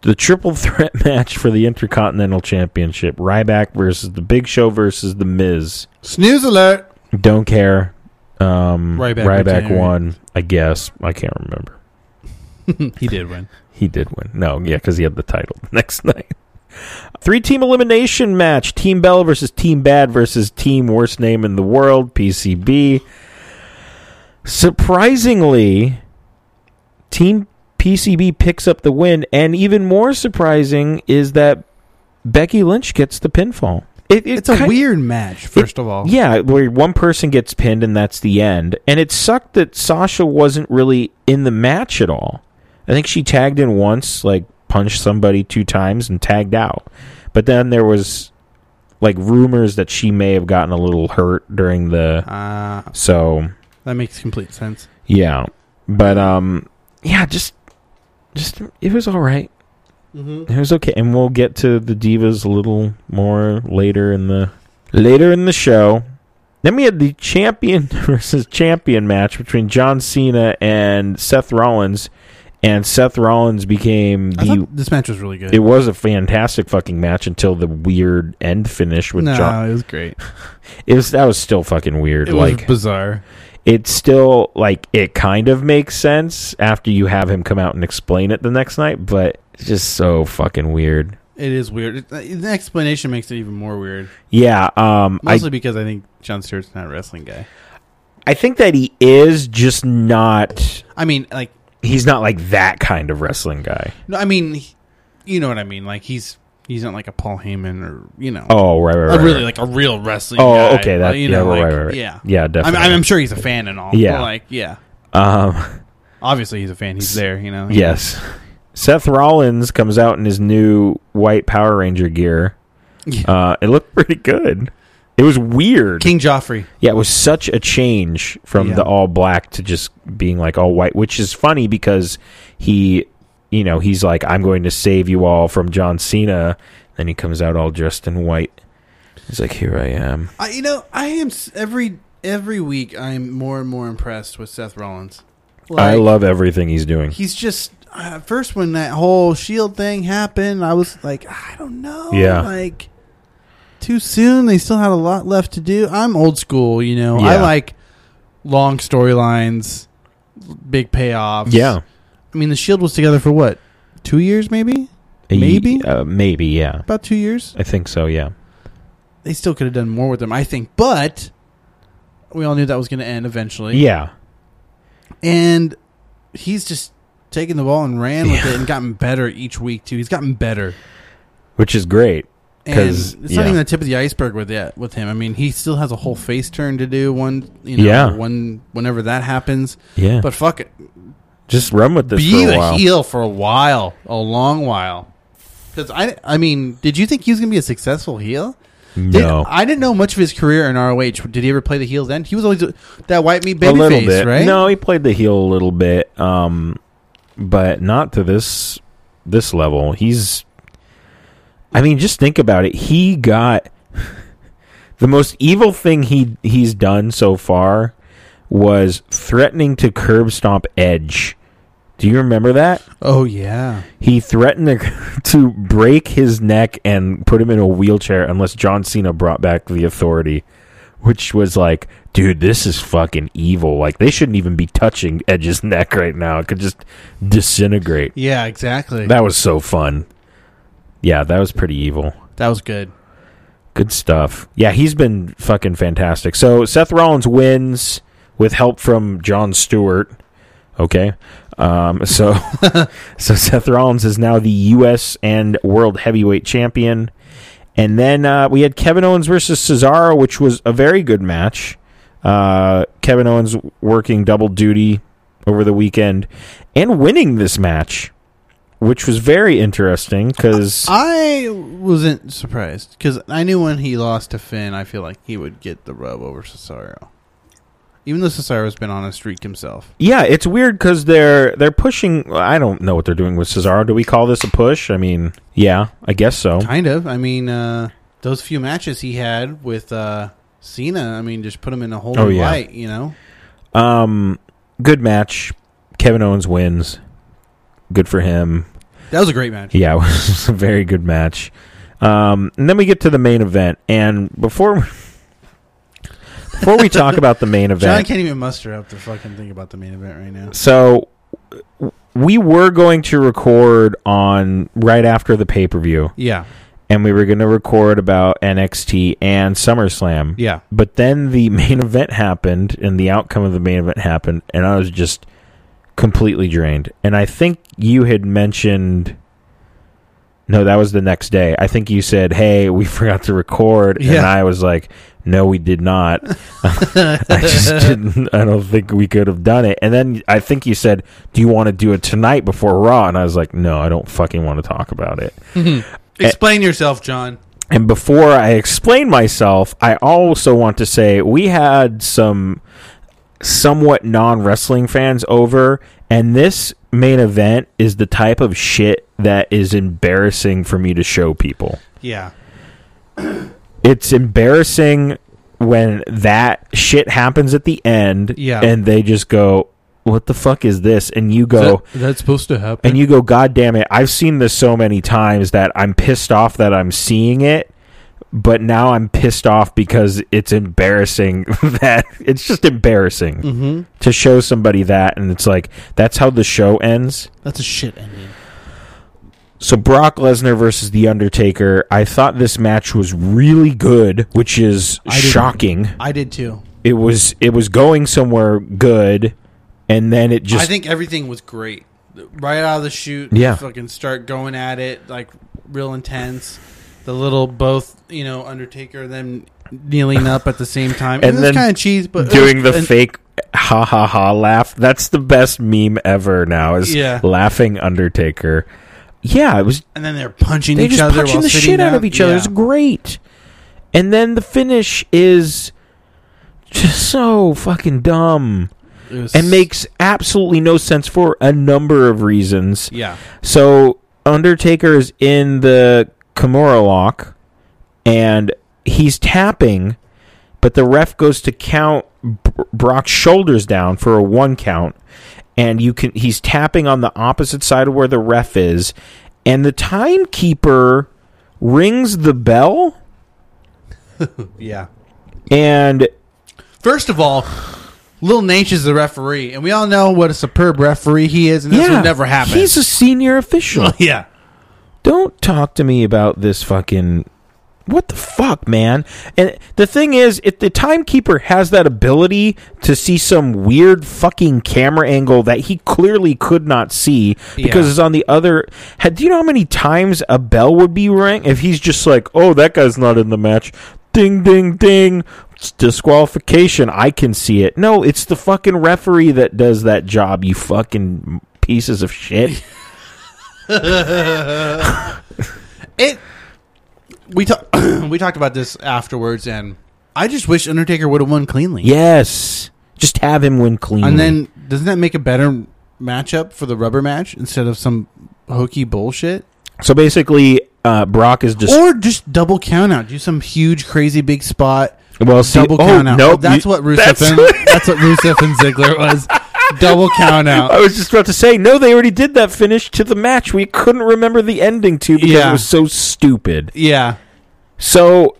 [SPEAKER 2] The triple threat match for the Intercontinental Championship: Ryback versus The Big Show versus The Miz.
[SPEAKER 1] Snooze alert.
[SPEAKER 2] Don't care. Um,
[SPEAKER 1] Ryback
[SPEAKER 2] Ryback,
[SPEAKER 1] retained.
[SPEAKER 2] won, I guess. I can't remember.
[SPEAKER 1] he did win.
[SPEAKER 2] He did win. No, yeah, because he had the title the next night. Three team elimination match: Team Bell versus Team Bad versus Team Worst Name in the World (PCB). Surprisingly, Team PCB picks up the win, and even more surprising is that Becky Lynch gets the pinfall. It, it
[SPEAKER 1] It's a
[SPEAKER 2] kind-
[SPEAKER 1] weird match, first of all.
[SPEAKER 2] Yeah, where one person gets pinned and that's the end. And it sucked that Sasha wasn't really in the match at all. I think she tagged in once, like punched somebody two times and tagged out. But then there was like rumors that she may have gotten a little hurt during the
[SPEAKER 1] Uh,
[SPEAKER 2] so
[SPEAKER 1] that makes complete sense.
[SPEAKER 2] yeah. But um yeah, just just it was all right.
[SPEAKER 1] Mm-hmm.
[SPEAKER 2] It was okay, and we'll get to the divas a little more later in the later in the show. Then we had the champion versus champion match between John Cena and Seth Rollins, and Seth Rollins became
[SPEAKER 1] I
[SPEAKER 2] the.
[SPEAKER 1] thought this match was really good.
[SPEAKER 2] It was a fantastic fucking match until the weird end finish with
[SPEAKER 1] no,
[SPEAKER 2] John.
[SPEAKER 1] it was great.
[SPEAKER 2] It was that was still fucking weird.
[SPEAKER 1] It
[SPEAKER 2] like
[SPEAKER 1] was bizarre.
[SPEAKER 2] it's still like it kind of makes sense after you have him come out and explain it the next night, but it's just so fucking weird.
[SPEAKER 1] It is weird. It, the explanation makes it even more weird.
[SPEAKER 2] Yeah, um, I
[SPEAKER 1] Mostly because I think John Stewart's not a wrestling guy.
[SPEAKER 2] I think that he is just not.
[SPEAKER 1] I mean, like,
[SPEAKER 2] He's not like that kind of wrestling guy.
[SPEAKER 1] no, I mean, he- you know what I mean. Like, he's he's not like a Paul Heyman or you know,
[SPEAKER 2] Oh, right, right, right.
[SPEAKER 1] a really
[SPEAKER 2] right.
[SPEAKER 1] like a real wrestling.
[SPEAKER 2] Oh,
[SPEAKER 1] guy,
[SPEAKER 2] okay,
[SPEAKER 1] but,
[SPEAKER 2] that-
[SPEAKER 1] you
[SPEAKER 2] yeah,
[SPEAKER 1] know,
[SPEAKER 2] right,
[SPEAKER 1] like,
[SPEAKER 2] right, right.
[SPEAKER 1] yeah.
[SPEAKER 2] yeah,
[SPEAKER 1] I'm,
[SPEAKER 2] definitely.
[SPEAKER 1] I'm sure he's a fan and all. but,
[SPEAKER 2] Yeah.
[SPEAKER 1] like yeah,
[SPEAKER 2] um,
[SPEAKER 1] obviously he's a fan. He's there, you know.
[SPEAKER 2] yes. Seth Rollins comes out in his new white Power Ranger gear.
[SPEAKER 1] Yeah.
[SPEAKER 2] Uh, it looked pretty good. It was weird.
[SPEAKER 1] King Joffrey.
[SPEAKER 2] yeah, it was such a change from
[SPEAKER 1] Yeah.
[SPEAKER 2] the all black to just being like all white, which is funny because he, you know, he's like, I'm going to save you all from John Cena. Then he comes out all dressed in white. He's like, Here I am.
[SPEAKER 1] I, you know, I am s- every every week. I'm more and more impressed with Seth Rollins.
[SPEAKER 2] I love everything he's doing.
[SPEAKER 1] he's just uh, first when that whole shield thing happened i was like i don't know
[SPEAKER 2] Yeah.
[SPEAKER 1] like too soon they still had a lot left to do i'm old school you know i
[SPEAKER 2] Yeah.
[SPEAKER 1] like long storylines big payoffs
[SPEAKER 2] yeah,
[SPEAKER 1] i mean the shield was together for what two years maybe Maybe?
[SPEAKER 2] uh, maybe, yeah.
[SPEAKER 1] about two years
[SPEAKER 2] I think so. Yeah,
[SPEAKER 1] they still could have done more with them i think but we all knew that was going to end eventually
[SPEAKER 2] yeah.
[SPEAKER 1] and he's just taken the ball and ran with
[SPEAKER 2] Yeah.
[SPEAKER 1] it and gotten better each week too he's gotten better
[SPEAKER 2] Which is great.
[SPEAKER 1] and
[SPEAKER 2] 'Cause,
[SPEAKER 1] it's not
[SPEAKER 2] yeah.
[SPEAKER 1] even the tip of the iceberg with that with him. I mean, he still has a whole face turn to do one, you know,
[SPEAKER 2] Yeah.
[SPEAKER 1] one whenever that happens.
[SPEAKER 2] Yeah,
[SPEAKER 1] But fuck it,
[SPEAKER 2] just run with this
[SPEAKER 1] be
[SPEAKER 2] for a
[SPEAKER 1] the
[SPEAKER 2] while.
[SPEAKER 1] heel for a while, a long while. Because I, I mean, did you think he was going to be a successful heel? Did-
[SPEAKER 2] No.
[SPEAKER 1] I didn't know much of his career in ROH. Did he ever play the heel then? He was always a- that white meat
[SPEAKER 2] a little
[SPEAKER 1] babyface,
[SPEAKER 2] bit.
[SPEAKER 1] right?
[SPEAKER 2] No, he played the heel a little bit, um, but not to this this level. He's, I mean, just think about it. He got the most evil thing he he's done so far was threatening to curb stomp Edge. Do you remember that?
[SPEAKER 1] Oh yeah.
[SPEAKER 2] He threatened to, to break his neck and put him in a wheelchair unless John Cena brought back the authority, which was like, dude, this is fucking evil. Like, they shouldn't even be touching Edge's neck right now. It could just disintegrate.
[SPEAKER 1] Yeah, exactly. That,
[SPEAKER 2] That was so fun. Yeah, that was pretty evil.
[SPEAKER 1] was good.
[SPEAKER 2] Good stuff. Yeah, he's been fucking fantastic. So Seth Rollins wins with help from John Stewart. Okay. Um, so so Seth Rollins is now the US and World Heavyweight Champion. And then uh, we had Kevin Owens versus Cesaro, which was a very good match. Uh, Kevin Owens working double duty over the weekend and winning this match, which was very interesting because
[SPEAKER 1] I wasn't surprised because I knew when he lost to Finn, I feel like he would get the rub over Cesaro. Even though Cesaro's been on a streak himself.
[SPEAKER 2] Yeah, it's weird because they're they're pushing. I don't know what they're doing with Cesaro. Do we call this a push? I mean, yeah, I guess so.
[SPEAKER 1] Kind of. I mean, uh, those few matches he had with uh, Cena, I mean, just put him in a whole new
[SPEAKER 2] Oh, yeah.
[SPEAKER 1] light, you know?
[SPEAKER 2] Um, good match. Kevin Owens wins. Good for him.
[SPEAKER 1] That was a great match.
[SPEAKER 2] Yeah, it was a very good match. Um, and then we get to the main event, and before before we talk about the main
[SPEAKER 1] John
[SPEAKER 2] event,
[SPEAKER 1] can't even muster up the fucking thing about the main event right now.
[SPEAKER 2] so w- we were going to record on right after the pay per view,
[SPEAKER 1] Yeah.
[SPEAKER 2] and we were going to record about NXT and SummerSlam.
[SPEAKER 1] Yeah.
[SPEAKER 2] But then the main event happened, and the outcome of the main event happened, and I was just completely drained. And I think you had mentioned. No, that was the next day. I think you said, "Hey, we forgot to record," and
[SPEAKER 1] Yeah.
[SPEAKER 2] I was like, "No, we did not. I just didn't. I don't think we could have done it." And then I think you said, "Do you want to do it tonight before Raw?" And I was like, "No, I don't fucking want to talk about it."
[SPEAKER 1] Explain yourself, John.
[SPEAKER 2] And before I explain myself, I also want to say we had some somewhat non wrestling fans over, and this main event is the type of shit that is embarrassing for me to show people.
[SPEAKER 1] Yeah.
[SPEAKER 2] It's embarrassing when that shit happens at the end,
[SPEAKER 1] Yeah.
[SPEAKER 2] and they just go, What the fuck is this? And you go,
[SPEAKER 1] that's supposed to happen.
[SPEAKER 2] and you go, God damn it, I've seen this so many times that I'm pissed off that I'm seeing it, but now I'm pissed off because it's embarrassing that it's just embarrassing
[SPEAKER 1] hmm
[SPEAKER 2] to show somebody that. And it's like, that's how the show ends.
[SPEAKER 1] That's a shit ending.
[SPEAKER 2] So Brock Lesnar versus The Undertaker, I thought this match was really good, which is
[SPEAKER 1] I didn't-
[SPEAKER 2] shocking.
[SPEAKER 1] I did too.
[SPEAKER 2] It was it was going somewhere good and then it just
[SPEAKER 1] I think everything was great. Right out of the shoot,
[SPEAKER 2] Yeah.
[SPEAKER 1] fucking start going at it like real intense. The little both, you know, Undertaker and then kneeling up at the same time,
[SPEAKER 2] And
[SPEAKER 1] and,
[SPEAKER 2] then
[SPEAKER 1] then kind of cheese, but
[SPEAKER 2] doing the
[SPEAKER 1] and-
[SPEAKER 2] fake ha ha ha laugh. That's the best meme ever now is
[SPEAKER 1] Yeah.
[SPEAKER 2] laughing Undertaker. Yeah, it was
[SPEAKER 1] and then they're punching
[SPEAKER 2] they
[SPEAKER 1] each
[SPEAKER 2] just
[SPEAKER 1] other,
[SPEAKER 2] punching
[SPEAKER 1] while
[SPEAKER 2] the
[SPEAKER 1] sitting
[SPEAKER 2] shit out
[SPEAKER 1] down.
[SPEAKER 2] of each other.
[SPEAKER 1] Yeah.
[SPEAKER 2] It's great. And then the finish is just so fucking dumb
[SPEAKER 1] It was-
[SPEAKER 2] and makes absolutely no sense for a number of reasons.
[SPEAKER 1] yeah,
[SPEAKER 2] So Undertaker is in the Kimura lock, and he's tapping, but the ref goes to count B- Brock's shoulders down for a one count, and you can he's tapping on the opposite side of where the ref is, and the timekeeper rings the bell,
[SPEAKER 1] yeah.
[SPEAKER 2] and
[SPEAKER 1] First of all, Lil Nate is the referee, and we all know what a superb referee he is, and this
[SPEAKER 2] yeah,
[SPEAKER 1] will never happen.
[SPEAKER 2] He's a senior official.
[SPEAKER 1] yeah,
[SPEAKER 2] don't talk to me about this fucking what the fuck man and the thing is if the timekeeper has that ability to see some weird fucking camera angle that he clearly could not see because
[SPEAKER 1] Yeah.
[SPEAKER 2] it's on the other had do you know how many times a bell would be rang if he's just like oh that guy's not in the match ding ding ding it's disqualification i can see it no it's the fucking referee that does that job you fucking pieces of shit
[SPEAKER 1] It. We talked. we talked about this afterwards, and I just wish Undertaker would have won cleanly.
[SPEAKER 2] Yes. Just have him win clean.
[SPEAKER 1] And then doesn't that make a better matchup for the rubber match instead of some hokey bullshit?
[SPEAKER 2] so basically, uh, Brock is just
[SPEAKER 1] or just double count out. Do some huge, crazy big spot.
[SPEAKER 2] well. See,
[SPEAKER 1] double
[SPEAKER 2] oh,
[SPEAKER 1] count out.
[SPEAKER 2] Nope,
[SPEAKER 1] that's
[SPEAKER 2] you-
[SPEAKER 1] what Rusev
[SPEAKER 2] that's-
[SPEAKER 1] and that's what Rusev and Ziggler was. Double count out.
[SPEAKER 2] I was just about to say, no, they already did that finish to the match. We couldn't remember the ending to because
[SPEAKER 1] Yeah.
[SPEAKER 2] it was so stupid.
[SPEAKER 1] Yeah.
[SPEAKER 2] So,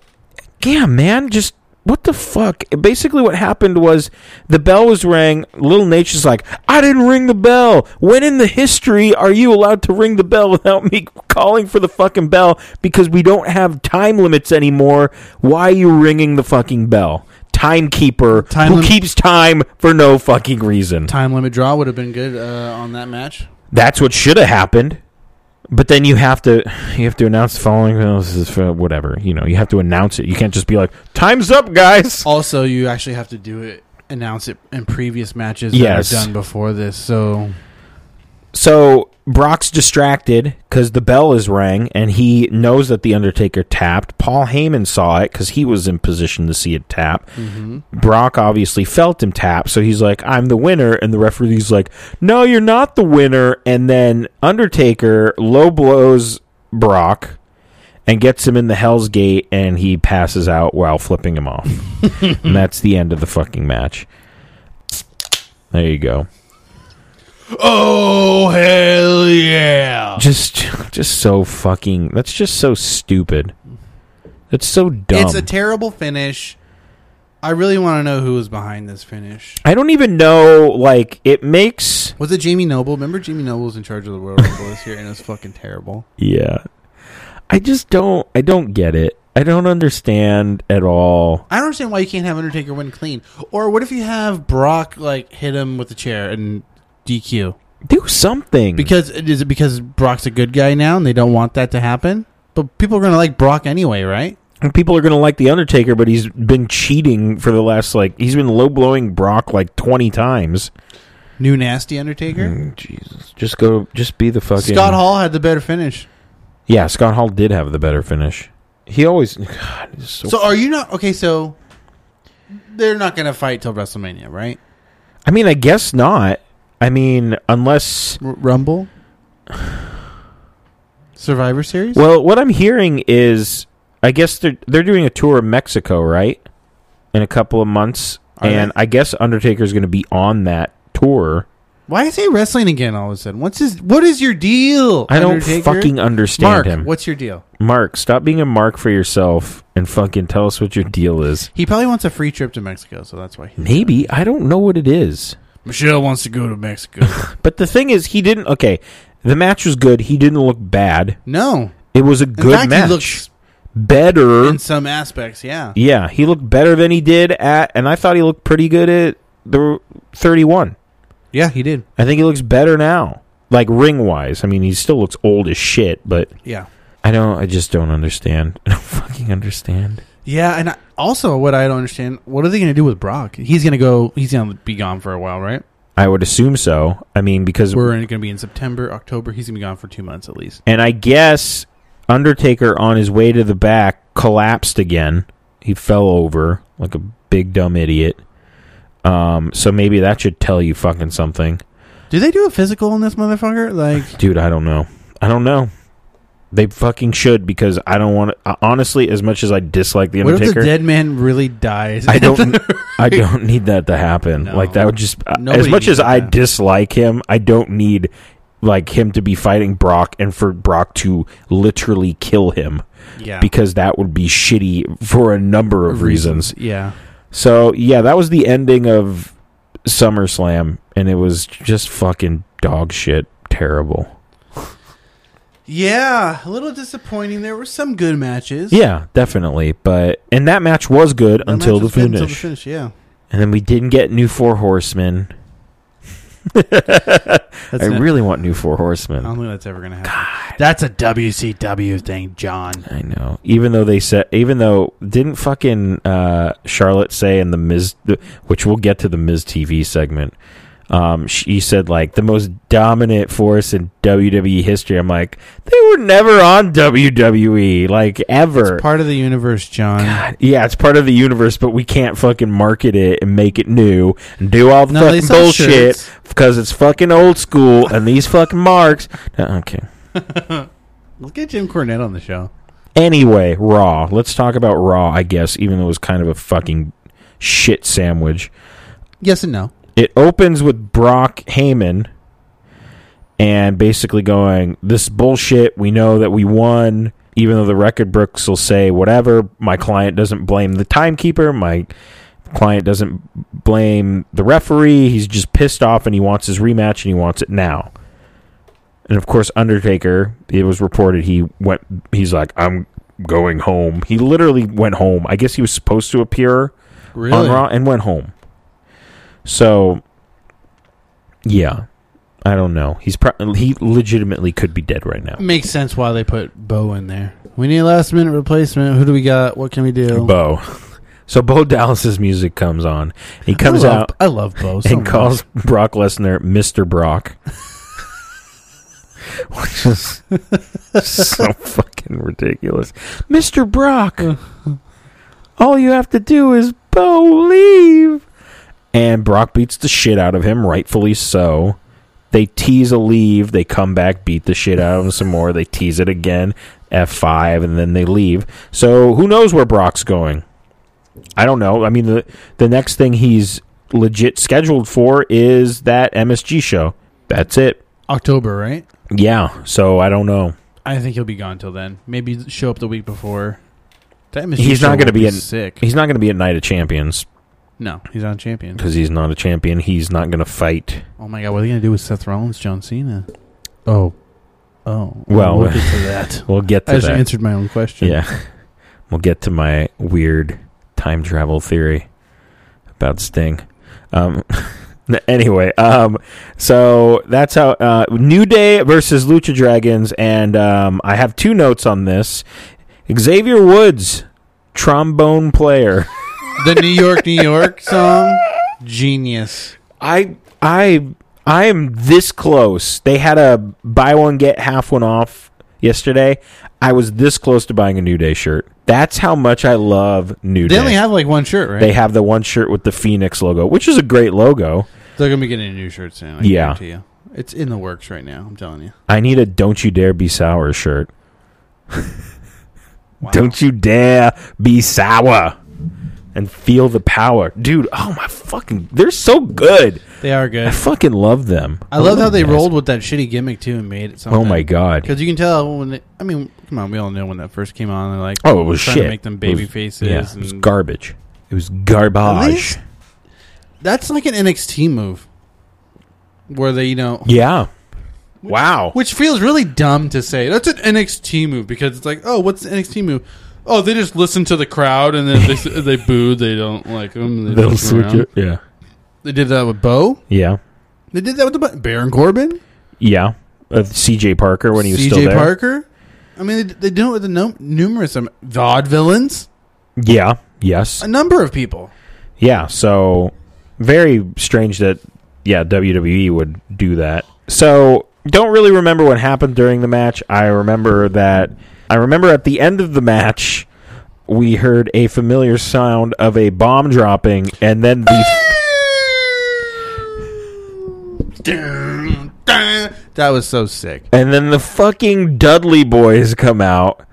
[SPEAKER 2] yeah, man, just what the fuck? Basically, what happened was the bell was rang. Little Nature's like, I didn't ring the bell. When in the history are you allowed to ring the bell without me calling for the fucking bell? Because we don't have time limits anymore. Why are you ringing the fucking bell? Timekeeper
[SPEAKER 1] Time
[SPEAKER 2] who
[SPEAKER 1] lim-
[SPEAKER 2] keeps time for no fucking reason.
[SPEAKER 1] Time limit draw would have been good uh, on that match.
[SPEAKER 2] That's what should have happened. But then you have to you have to announce the following oh, this is for whatever you know you have to announce it. You can't just be like time's up, guys.
[SPEAKER 1] Also, you actually have to do it, announce it in previous matches
[SPEAKER 2] Yes.
[SPEAKER 1] that are done before this. So
[SPEAKER 2] So Brock's distracted because the bell is rang, and he knows that the Undertaker tapped. Paul Heyman saw it because he was in position to see it tap.
[SPEAKER 1] Mm-hmm.
[SPEAKER 2] Brock obviously felt him tap, so he's like, "I'm the winner," and the referee's like, "No, you're not the winner." And then Undertaker low blows Brock and gets him in the Hell's Gate, and he passes out while flipping him off. and that's the end of the fucking match. There you go.
[SPEAKER 1] Oh hell yeah!
[SPEAKER 2] just just so fucking that's just so stupid that's so dumb
[SPEAKER 1] It's a terrible finish. I really want to know who was behind this finish.
[SPEAKER 2] i don't even know like it makes
[SPEAKER 1] Was it Jamie Noble? Remember Jamie Noble was in charge of the Royal Rumble this year, and it was fucking terrible.
[SPEAKER 2] yeah i just don't i don't get it i don't understand at all
[SPEAKER 1] I don't understand why you can't have Undertaker win clean. Or what if you have Brock like hit him with a chair and DQ?
[SPEAKER 2] do something
[SPEAKER 1] Because is it because Brock's a good guy now and they don't want that to happen? But people are gonna like Brock anyway, right?
[SPEAKER 2] people are gonna like the undertaker but he's been cheating for the last like he's been low blowing brock like 20 times
[SPEAKER 1] New nasty Undertaker.
[SPEAKER 2] Mm, jesus just go just be the fucking
[SPEAKER 1] Scott Hall had the better finish.
[SPEAKER 2] yeah scott hall did have the better finish he always god he's so
[SPEAKER 1] So are you not okay? So they're not gonna fight till WrestleMania, right?
[SPEAKER 2] I mean, I guess not. I mean, unless
[SPEAKER 1] R- Rumble, Survivor Series.
[SPEAKER 2] well, what I'm hearing is, I guess they're they're doing a tour of Mexico, right? In a couple of months,
[SPEAKER 1] Are
[SPEAKER 2] and I guess Undertaker's going to be on that tour.
[SPEAKER 1] Why is he wrestling again all of a sudden? What's his? What is your deal?
[SPEAKER 2] I don't
[SPEAKER 1] Undertaker?
[SPEAKER 2] fucking understand
[SPEAKER 1] Mark.
[SPEAKER 2] him.
[SPEAKER 1] What's your deal?
[SPEAKER 2] Mark, stop being a Mark for yourself and fucking tell us what your deal is.
[SPEAKER 1] He probably wants a free trip to Mexico, so that's why. He-
[SPEAKER 2] Maybe I don't know what it is.
[SPEAKER 1] Michelle wants to go to Mexico.
[SPEAKER 2] But the thing is, he didn't. Okay, the match was good. He didn't look bad.
[SPEAKER 1] no,
[SPEAKER 2] It was a
[SPEAKER 1] in
[SPEAKER 2] good
[SPEAKER 1] fact,
[SPEAKER 2] match.
[SPEAKER 1] He looks
[SPEAKER 2] better
[SPEAKER 1] in some aspects, yeah.
[SPEAKER 2] Yeah, he looked better than he did at, and I thought he looked pretty good at the 31.
[SPEAKER 1] Yeah, he did.
[SPEAKER 2] I think he looks better now, like ring wise. I mean, he still looks old as shit, but
[SPEAKER 1] Yeah,
[SPEAKER 2] I don't. I just don't understand. I don't fucking understand.
[SPEAKER 1] yeah, and I, also what I don't understand: what are they going to do with Brock? He's going to go. He's going to be gone for a while, right?
[SPEAKER 2] I would assume so. I mean, because
[SPEAKER 1] We're going to be in September, October. He's going to be gone for two months at least.
[SPEAKER 2] and I guess Undertaker on his way to the back collapsed again. He fell over like a big dumb idiot. Um, so maybe that should tell you fucking something.
[SPEAKER 1] Do they do a physical on this motherfucker? Like,
[SPEAKER 2] Dude, I don't know. I don't know. They fucking should because I don't want to. Honestly, as much as I dislike the
[SPEAKER 1] what if the
[SPEAKER 2] Undertaker,
[SPEAKER 1] dead man really dies?
[SPEAKER 2] I don't. I don't need that to happen.
[SPEAKER 1] No.
[SPEAKER 2] Like that would just. uh, as
[SPEAKER 1] Nobody
[SPEAKER 2] much as
[SPEAKER 1] needs
[SPEAKER 2] I
[SPEAKER 1] that.
[SPEAKER 2] dislike him, I don't need like him to be fighting Brock and for Brock to literally kill him
[SPEAKER 1] yeah.
[SPEAKER 2] because that would be shitty for a number of reasons.
[SPEAKER 1] Yeah.
[SPEAKER 2] So yeah, that was the ending of SummerSlam, and it was just fucking dog shit, terrible.
[SPEAKER 1] Yeah, a little disappointing. There were some good matches.
[SPEAKER 2] Yeah, definitely. But and that match was good
[SPEAKER 1] That
[SPEAKER 2] until
[SPEAKER 1] match
[SPEAKER 2] the
[SPEAKER 1] was good
[SPEAKER 2] finish.
[SPEAKER 1] Until the finish, yeah.
[SPEAKER 2] And then we didn't get new four horsemen.
[SPEAKER 1] That's
[SPEAKER 2] I
[SPEAKER 1] not-
[SPEAKER 2] really want new four
[SPEAKER 1] I
[SPEAKER 2] horsemen.
[SPEAKER 1] don't think that's ever gonna happen. That's a WCW thing, John.
[SPEAKER 2] I know. Even though they said, even though didn't fucking uh, Charlotte say in the Miz, which we'll get to the Miz TV segment. Um, she said like the most dominant force in WWE history. I'm like, they were never on WWE like ever.
[SPEAKER 1] It's part of the universe, John.
[SPEAKER 2] yeah, it's part of the universe, but we can't fucking market it and make it new and do all the
[SPEAKER 1] No, they
[SPEAKER 2] fucking
[SPEAKER 1] sell
[SPEAKER 2] bullshit
[SPEAKER 1] shirts.
[SPEAKER 2] because it's fucking old school and these fucking marks. Uh, Okay.
[SPEAKER 1] Let's get Jim Cornette on the show.
[SPEAKER 2] Anyway, Raw. Let's talk about Raw, I guess, even though it was kind of a fucking shit sandwich.
[SPEAKER 1] Yes and no.
[SPEAKER 2] It opens with Brock Heyman and basically going, This bullshit. We know that we won. Even though the record books will say whatever, my client doesn't blame the timekeeper. My client doesn't blame the referee. He's just pissed off and he wants his rematch and he wants it now. And of course, Undertaker, it was reported he went, he's like, I'm going home. He literally went home. I guess he was supposed to appear on Raw and went home. So, yeah, I don't know. He's pro- he legitimately could be dead right now.
[SPEAKER 1] Makes sense why they put Bo in there. We need a last minute replacement. Who do we got? What can we do?
[SPEAKER 2] Bo. So Bo Dallas's music comes on. He comes
[SPEAKER 1] I love,
[SPEAKER 2] out
[SPEAKER 1] I love Bo. So
[SPEAKER 2] and calls Brock Lesnar Mr. Brock. Which is so fucking ridiculous. Mr. Brock, all you have to do is believe. And Brock beats the shit out of him, rightfully so. They tease a leave. They come back, beat the shit out of him some more. They tease it again, F5, and then they leave. So who knows where Brock's going? I don't know. I mean, the, the next thing he's legit scheduled for is that MSG show. That's it.
[SPEAKER 1] October, right?
[SPEAKER 2] Yeah. So I don't know.
[SPEAKER 1] I think he'll be gone till then. Maybe show up the week before. That
[SPEAKER 2] He's not gonna
[SPEAKER 1] going to
[SPEAKER 2] be in-
[SPEAKER 1] sick.
[SPEAKER 2] He's not going to be at Night of Champions
[SPEAKER 1] no, he's not a champion.
[SPEAKER 2] because he's not a champion. He's not going to fight.
[SPEAKER 1] Oh my god, what are they going to do with Seth Rollins, John Cena? Oh, oh.
[SPEAKER 2] Well,
[SPEAKER 1] we'll get to that.
[SPEAKER 2] We'll get
[SPEAKER 1] I
[SPEAKER 2] to
[SPEAKER 1] just
[SPEAKER 2] that.
[SPEAKER 1] answered my own question.
[SPEAKER 2] Yeah. We'll get to my weird time travel theory about Sting. Um, anyway, um, so that's how uh, New Day versus Lucha Dragons, and um, I have two notes on this. Xavier Woods, trombone player.
[SPEAKER 1] the New York, New York song, genius.
[SPEAKER 2] I I I am this close. They had a buy one get half one off yesterday. I was this close to buying a New Day shirt. That's how much I love New
[SPEAKER 1] They
[SPEAKER 2] Day.
[SPEAKER 1] only have like one shirt, right?
[SPEAKER 2] they have the one shirt with the Phoenix logo, which is a great logo.
[SPEAKER 1] They're gonna be getting a new shirt soon. I
[SPEAKER 2] Yeah.
[SPEAKER 1] guarantee you. It's in the works right now. I'm telling you.
[SPEAKER 2] I need a "Don't You Dare Be Sour" shirt.
[SPEAKER 1] Wow.
[SPEAKER 2] Don't you dare be sour and feel the power, dude. Oh my fucking, they're so good.
[SPEAKER 1] they are
[SPEAKER 2] I
[SPEAKER 1] good.
[SPEAKER 2] fucking love them.
[SPEAKER 1] I love how
[SPEAKER 2] them
[SPEAKER 1] they
[SPEAKER 2] guys.
[SPEAKER 1] rolled with that shitty gimmick too and made it something.
[SPEAKER 2] Oh my god.
[SPEAKER 1] Because you can tell when they, I mean, come on, we all know when that first came on. They're like,
[SPEAKER 2] Oh, it was
[SPEAKER 1] trying
[SPEAKER 2] shit.
[SPEAKER 1] to make them
[SPEAKER 2] It was-
[SPEAKER 1] baby faces.
[SPEAKER 2] Yeah, it was
[SPEAKER 1] and-
[SPEAKER 2] garbage. It was
[SPEAKER 1] At
[SPEAKER 2] garbage.
[SPEAKER 1] least- that's like an NXT move, where they you know,
[SPEAKER 2] Yeah. Wow.
[SPEAKER 1] which feels really dumb to say. That's an NXT move because it's like, oh, what's the NXT move? Oh, they just listen to the crowd and then they s- they boo. They don't like them. They
[SPEAKER 2] They'll
[SPEAKER 1] don't
[SPEAKER 2] switch it. Yeah.
[SPEAKER 1] They did that with Bo.
[SPEAKER 2] Yeah.
[SPEAKER 1] They did that with the bu- Baron Corbin.
[SPEAKER 2] Yeah. Uh, CJ Parker when he was
[SPEAKER 1] CJ
[SPEAKER 2] still there.
[SPEAKER 1] Parker. I mean, they, they do it with the num- numerous um, Vod villains,
[SPEAKER 2] Yeah. Yes.
[SPEAKER 1] a number of people.
[SPEAKER 2] Yeah. So very strange that yeah, WWE would do that. So don't really remember what happened during the match. I remember that I remember at the end of the match we heard a familiar sound of a bomb dropping and then the
[SPEAKER 1] That was so sick.
[SPEAKER 2] And then the fucking Dudley boys come out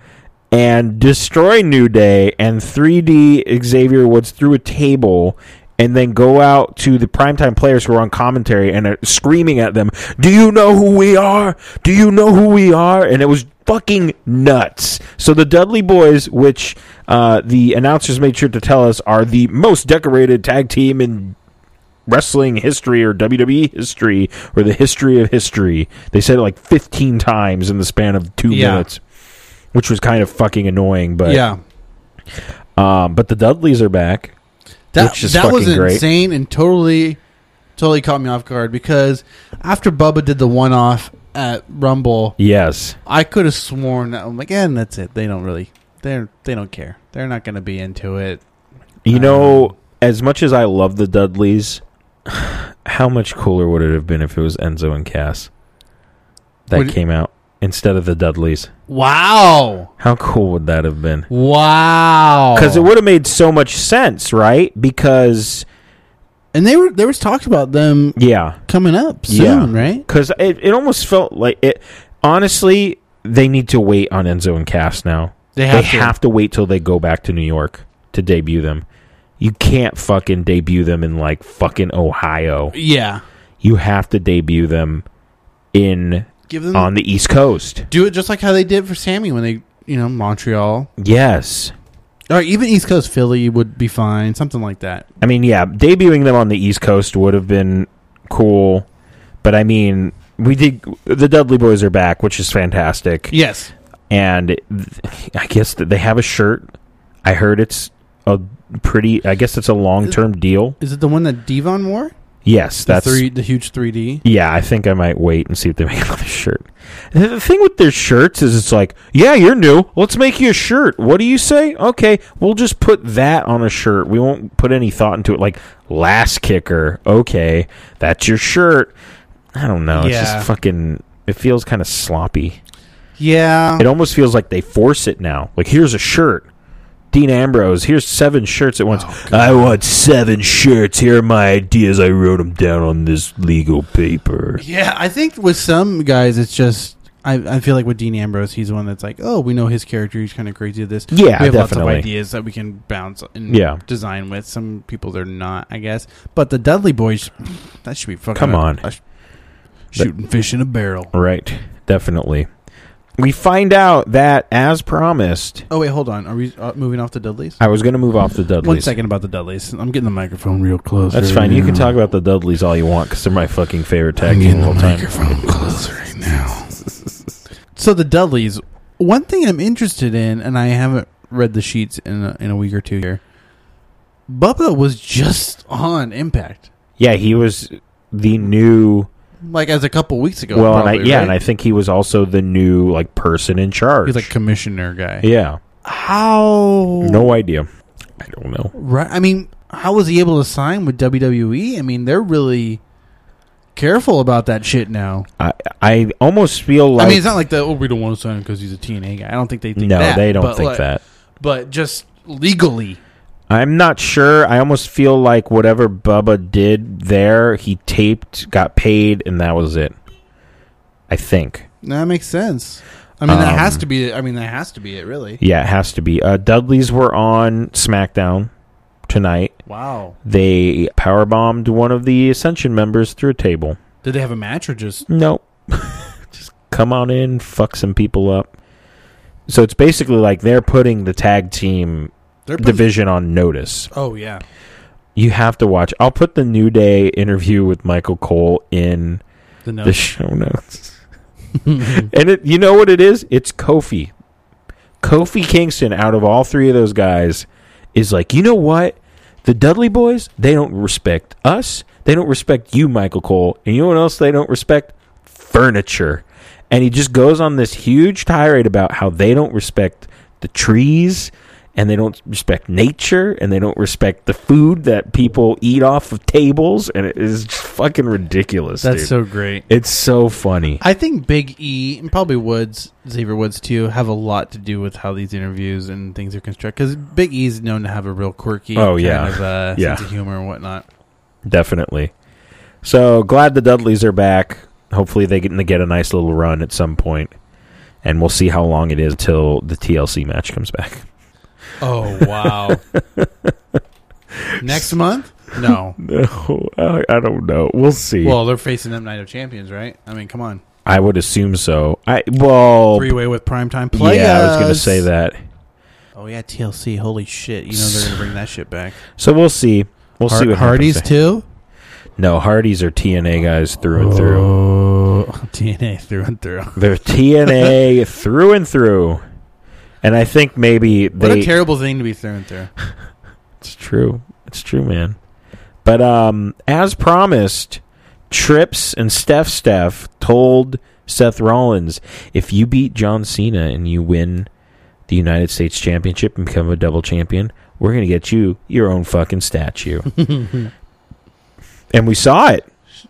[SPEAKER 2] and destroy New Day and 3D Xavier Woods through a table and then go out to the primetime players who are on commentary and are screaming at them, Do you know who we are? Do you know who we are? And it was fucking nuts. So the Dudley boys, which uh, the announcers made sure to tell us are the most decorated tag team in wrestling history or WWE history or the history of history. They said it like 15 times in the span of two
[SPEAKER 1] Yeah.
[SPEAKER 2] minutes, which was kind of fucking annoying. But
[SPEAKER 1] Yeah,
[SPEAKER 2] um, but the Dudleys are back.
[SPEAKER 1] that
[SPEAKER 2] Which is
[SPEAKER 1] that was
[SPEAKER 2] fucking great.
[SPEAKER 1] insane and totally, totally caught me off guard because after Bubba did the one off at Rumble,
[SPEAKER 2] Yes,
[SPEAKER 1] I could have sworn that I'm like, and that's it. They don't really, they're they don't care. They're not going to be into it.
[SPEAKER 2] you
[SPEAKER 1] Um,
[SPEAKER 2] know, as much as I love the Dudleys, how much cooler would it have been if it was Enzo and Cass that
[SPEAKER 1] Would-
[SPEAKER 2] came out instead of the Dudleys?
[SPEAKER 1] Wow.
[SPEAKER 2] How cool would that have been?
[SPEAKER 1] Wow.
[SPEAKER 2] Because it would have made so much sense, right? Because
[SPEAKER 1] and they were there was talks about them
[SPEAKER 2] yeah,
[SPEAKER 1] coming up soon,
[SPEAKER 2] Yeah.
[SPEAKER 1] right?
[SPEAKER 2] because it, it almost felt like it. Honestly, they need to wait on Enzo and Cass now. they have to wait till they go back to New York to debut them. You can't fucking debut them in like fucking Ohio.
[SPEAKER 1] Yeah.
[SPEAKER 2] You have to debut them in
[SPEAKER 1] Give them
[SPEAKER 2] on the East Coast.
[SPEAKER 1] do it just like how they did for Sammy when they you know, Montreal.
[SPEAKER 2] Yes.
[SPEAKER 1] Or even East Coast Philly would be fine, something like that.
[SPEAKER 2] I mean, yeah, debuting them on the East Coast would have been cool, but I mean, we did the Dudley Boys are back, which is fantastic.
[SPEAKER 1] Yes.
[SPEAKER 2] and it- I guess that they have a shirt. I heard it's a pretty. I guess it's a long term deal.
[SPEAKER 1] Is it the one that Devon wore?
[SPEAKER 2] Yes,
[SPEAKER 1] The
[SPEAKER 2] that's.
[SPEAKER 1] three the huge three D.
[SPEAKER 2] yeah, I think I might wait and see if they make another shirt. The the thing with their shirts is it's like, yeah, you're new. Let's make you a shirt. What do you say? Okay, we'll just put that on a shirt. We won't put any thought into it. Like last kicker. Okay, that's your shirt. I don't know. It's
[SPEAKER 1] Yeah.
[SPEAKER 2] just fucking. It feels kind of sloppy.
[SPEAKER 1] Yeah.
[SPEAKER 2] It almost feels like they force it now. Like here's a shirt. Dean Ambrose, here's seven shirts at
[SPEAKER 1] Oh,
[SPEAKER 2] once. I want seven shirts. Here are my ideas. I wrote them down on this legal paper.
[SPEAKER 1] Yeah, I think with some guys, it's just I, I feel like with Dean Ambrose, he's the one that's like, oh, we know his character. He's kind of crazy at this.
[SPEAKER 2] Yeah,
[SPEAKER 1] we have lots of
[SPEAKER 2] definitely.
[SPEAKER 1] ideas that we can bounce and
[SPEAKER 2] Yeah.
[SPEAKER 1] design with. Some people they're not, I guess. But the Dudley Boys, that should be fucking
[SPEAKER 2] Come on.
[SPEAKER 1] a sh- shooting fish in a barrel.
[SPEAKER 2] Right, definitely. We find out that, as promised,
[SPEAKER 1] Oh wait, hold on. Are we uh, moving off the Dudleys?
[SPEAKER 2] I was going to move off the Dudleys.
[SPEAKER 1] One second about the Dudleys. I'm getting the microphone real close.
[SPEAKER 2] That's
[SPEAKER 1] right
[SPEAKER 2] fine. You
[SPEAKER 1] now.
[SPEAKER 2] can talk about the Dudleys all you want because they're my fucking favorite tag
[SPEAKER 1] I'm
[SPEAKER 2] team
[SPEAKER 1] getting
[SPEAKER 2] of
[SPEAKER 1] the
[SPEAKER 2] all time.
[SPEAKER 1] microphone close right now. so the Dudleys. One thing I'm interested in, and I haven't read the sheets in a, in a week or two here. Bubba was just on Impact,
[SPEAKER 2] Yeah, he was the new.
[SPEAKER 1] like as a couple weeks ago.
[SPEAKER 2] well, and I,
[SPEAKER 1] probably,
[SPEAKER 2] yeah,
[SPEAKER 1] right?
[SPEAKER 2] and I think he was also the new like person in charge.
[SPEAKER 1] he's like commissioner guy.
[SPEAKER 2] yeah,
[SPEAKER 1] How?
[SPEAKER 2] no idea. I don't know.
[SPEAKER 1] Right. I mean, how was he able to sign with WWE? I mean, they're really careful about that shit now.
[SPEAKER 2] I I almost feel like
[SPEAKER 1] I mean, it's not like the oh we don't want to sign him because he's a TNA guy. I don't think they think
[SPEAKER 2] no,
[SPEAKER 1] that.
[SPEAKER 2] they don't
[SPEAKER 1] but,
[SPEAKER 2] think
[SPEAKER 1] like,
[SPEAKER 2] that.
[SPEAKER 1] But just legally,
[SPEAKER 2] I'm not sure. I almost feel like whatever Bubba did there, he taped, got paid, and that was it. I think.
[SPEAKER 1] That makes sense. I mean, that has
[SPEAKER 2] Um,
[SPEAKER 1] to be. I mean, that has to be it. Really.
[SPEAKER 2] Yeah, it has to be. Uh, Dudley's were on SmackDown tonight.
[SPEAKER 1] Wow.
[SPEAKER 2] They powerbombed one of the Ascension members through a table.
[SPEAKER 1] Did they have a match or just?
[SPEAKER 2] Nope. Just come on in, fuck some people up. So it's basically like they're putting the tag team
[SPEAKER 1] They're pretty-
[SPEAKER 2] division on notice.
[SPEAKER 1] Oh yeah.
[SPEAKER 2] You have to watch. I'll put the New Day interview with Michael Cole in
[SPEAKER 1] The no.
[SPEAKER 2] the show notes. and it, you know what it is? It's Kofi. Kofi Kingston, out of all three of those guys, is like, you know what? The Dudley boys, they don't respect us. They don't respect you, Michael Cole. And you know what else they don't respect? Furniture. And he just goes on this huge tirade about how they don't respect the trees and they don't respect nature and they don't respect the food that people eat off of tables. And it is fucking ridiculous. dude.
[SPEAKER 1] so great.
[SPEAKER 2] It's so funny.
[SPEAKER 1] I think Big E and probably Woods, Xavier Woods too, have a lot to do with how these interviews and things are constructed. Because Big E's known to have a real quirky,
[SPEAKER 2] Oh, yeah.
[SPEAKER 1] kind of, uh,
[SPEAKER 2] Yeah.
[SPEAKER 1] sense of humor and whatnot.
[SPEAKER 2] Definitely. So glad the Dudleys are back. Hopefully they can get a nice little run at some point. And we'll see how long it is till the TLC match comes back.
[SPEAKER 1] Oh wow. Next month? No.
[SPEAKER 2] No, I, I don't know. We'll see.
[SPEAKER 1] Well, they're facing them Night of Champions, right? I mean, come on.
[SPEAKER 2] I would assume so. I well,
[SPEAKER 1] Three way with primetime players.
[SPEAKER 2] yeah, I was going to say that.
[SPEAKER 1] Oh yeah, TLC. Holy shit! You know they're gonna bring that shit back.
[SPEAKER 2] So we'll see. We'll see what
[SPEAKER 1] Hardy's
[SPEAKER 2] Happens.
[SPEAKER 1] too.
[SPEAKER 2] no, Hardys are TNA guys through and through.
[SPEAKER 1] through. TNA through and through.
[SPEAKER 2] They're TNA through and through. And I think maybe
[SPEAKER 1] What
[SPEAKER 2] they
[SPEAKER 1] a terrible thing to be through and through.
[SPEAKER 2] It's true. It's true, man. But um, as promised, Trips and Steph Steph told Seth Rollins, if you beat John Cena and you win the United States Championship and become a double champion, we're gonna get you your own fucking statue. and we saw it.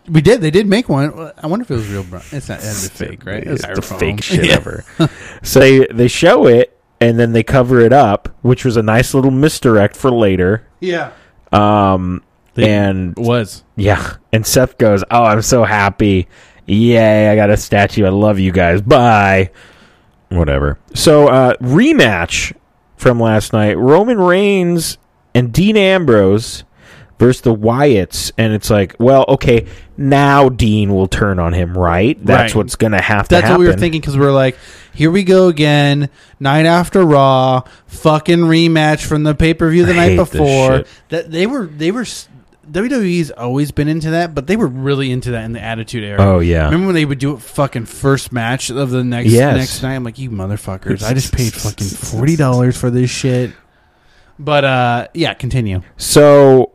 [SPEAKER 1] We did. They did make one. I wonder if it was real. Bro- it's not. It's fake, right?
[SPEAKER 2] It's the
[SPEAKER 1] styrofoam.
[SPEAKER 2] fake shit
[SPEAKER 1] Yeah.
[SPEAKER 2] ever. so they, they show it and then they cover it up, which was a nice little misdirect for later.
[SPEAKER 1] Yeah.
[SPEAKER 2] Um,
[SPEAKER 1] They-
[SPEAKER 2] and
[SPEAKER 1] It was.
[SPEAKER 2] yeah, and Seth goes, "Oh, I'm so happy! Yay, I got a statue. I love you guys. Bye." Whatever. So uh, rematch from last night: Roman Reigns and Dean Ambrose versus the Wyatts, and it's like, well, okay, now Dean will turn on him, right? That's
[SPEAKER 1] Right.
[SPEAKER 2] what's gonna have to
[SPEAKER 1] That's
[SPEAKER 2] happen.
[SPEAKER 1] what we were thinking because we are like, here we go again, night after Raw, fucking rematch from the pay per view the
[SPEAKER 2] I
[SPEAKER 1] night
[SPEAKER 2] hate this
[SPEAKER 1] before.
[SPEAKER 2] shit.
[SPEAKER 1] That they were they were s- WWE's always been into that, but they were really into that in the Attitude Era.
[SPEAKER 2] Oh yeah.
[SPEAKER 1] Remember when they would do it fucking first match of the next
[SPEAKER 2] Yes.
[SPEAKER 1] next night? I'm like, you motherfuckers! I just paid fucking forty dollars for this shit. But uh, yeah, continue.
[SPEAKER 2] So,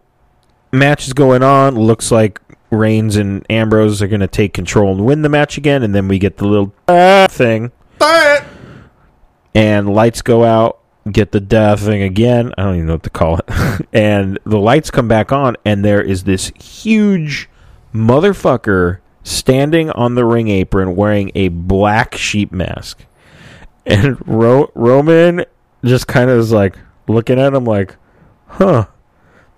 [SPEAKER 2] match is going on. Looks like Reigns and Ambrose are going to take control and win the match again. And then we get the little uh, thing. And lights go out. Get the duh thing again. I don't even know what to call it. and the lights come back on, and there is this huge motherfucker standing on the ring apron wearing a black sheep mask. And Ro- Roman just kind of is like looking at him like, huh,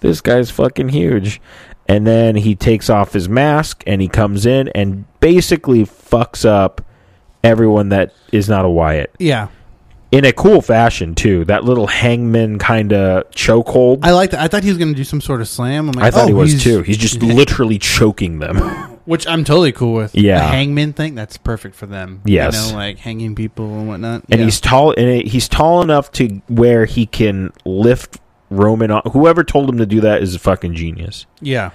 [SPEAKER 2] this guy's fucking huge. And then he takes off his mask and he comes in and basically fucks up everyone that is not a Wyatt
[SPEAKER 1] Yeah,
[SPEAKER 2] in a cool fashion too. That little hangman kind of chokehold.
[SPEAKER 1] I like that. I thought he was going to do some sort of slam. I'm like,
[SPEAKER 2] I thought
[SPEAKER 1] oh,
[SPEAKER 2] he was
[SPEAKER 1] he's-
[SPEAKER 2] too. He's just literally choking them.
[SPEAKER 1] which I'm totally cool with.
[SPEAKER 2] Yeah.
[SPEAKER 1] the hangman thing that's perfect for them.
[SPEAKER 2] Yes.
[SPEAKER 1] you know, like hanging people and whatnot.
[SPEAKER 2] and
[SPEAKER 1] Yeah.
[SPEAKER 2] he's tall and he's tall enough to where he can lift Roman on. Whoever told him to do that is a fucking genius.
[SPEAKER 1] yeah,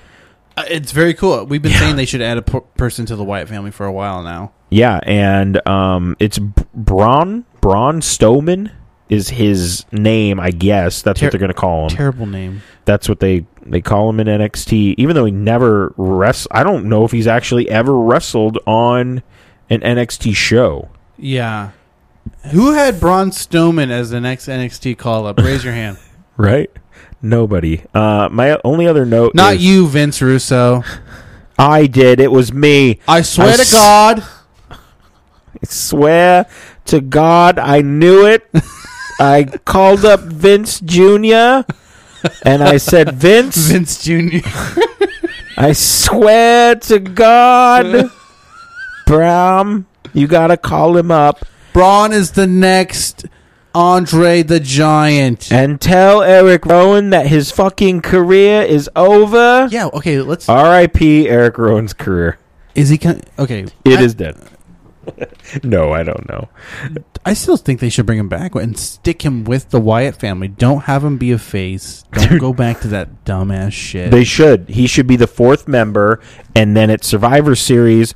[SPEAKER 1] Uh, it's very cool. We've been
[SPEAKER 2] Yeah.
[SPEAKER 1] saying they should add a per- person to the Wyatt family for a while now.
[SPEAKER 2] Yeah, and um, it's B- Braun Braun Strowman is his name, I guess. That's
[SPEAKER 1] Ter-
[SPEAKER 2] what they're gonna call him.
[SPEAKER 1] Terrible name.
[SPEAKER 2] That's what they they call him in NXT. Even though he never wrest, I don't know if he's actually ever wrestled on an NXT show.
[SPEAKER 1] Yeah. Who had Braun Strowman as the next NXT call up? Raise your hand.
[SPEAKER 2] Right? Nobody. Uh, my only other note.
[SPEAKER 1] Not
[SPEAKER 2] is-
[SPEAKER 1] you, Vince Russo.
[SPEAKER 2] I did. It was me.
[SPEAKER 1] I swear
[SPEAKER 2] I
[SPEAKER 1] to
[SPEAKER 2] s-
[SPEAKER 1] God.
[SPEAKER 2] I swear to God, I knew it. I called up Vince Jr. and I said, Vince,
[SPEAKER 1] Vince Jr.
[SPEAKER 2] I swear to God, Bram, you gotta call him up
[SPEAKER 1] Braun is the next Andre the Giant.
[SPEAKER 2] and tell Eric Rowan that his fucking career is over.
[SPEAKER 1] Yeah, okay, let's.
[SPEAKER 2] R.I.P. Eric Rowan's career.
[SPEAKER 1] is he. Con- okay.
[SPEAKER 2] It
[SPEAKER 1] I,
[SPEAKER 2] is dead. no, I don't know.
[SPEAKER 1] I still think they should bring him back and stick him with the Wyatt family. Don't have him be a face. Don't go back to that dumbass shit.
[SPEAKER 2] They should. He should be the fourth member, and then at Survivor Series,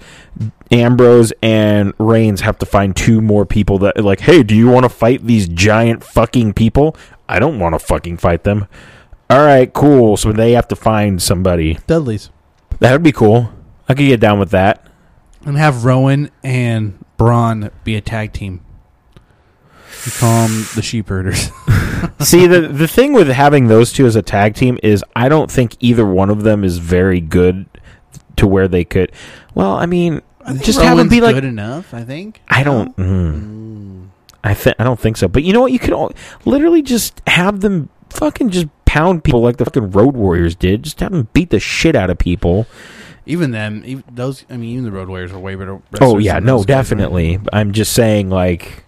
[SPEAKER 2] Ambrose and Reigns have to find two more people that like, hey, do you want to fight these giant fucking people? I don't want to fucking fight them. All right, cool. So they have to find somebody.
[SPEAKER 1] Dudley's.
[SPEAKER 2] That would be cool. I could get down with that.
[SPEAKER 1] And have Rowan and Braun be a tag team. You call them the sheep herders.
[SPEAKER 2] See, the the thing with having those two as a tag team is I don't think either one of them is very good to where they could. Well, I mean, just have them
[SPEAKER 1] Rowan's
[SPEAKER 2] be like
[SPEAKER 1] good enough. I think.
[SPEAKER 2] I don't. Mm. I th- I don't think so. But you know what? You could all, literally just have them fucking just pound people like the fucking Road Warriors did. Just have them beat the shit out of people.
[SPEAKER 1] Even them, even those. I mean, even the Road Warriors were way better.
[SPEAKER 2] oh
[SPEAKER 1] wrestlers
[SPEAKER 2] yeah,
[SPEAKER 1] than
[SPEAKER 2] no,
[SPEAKER 1] those guys, right?
[SPEAKER 2] definitely. But I'm just saying, like,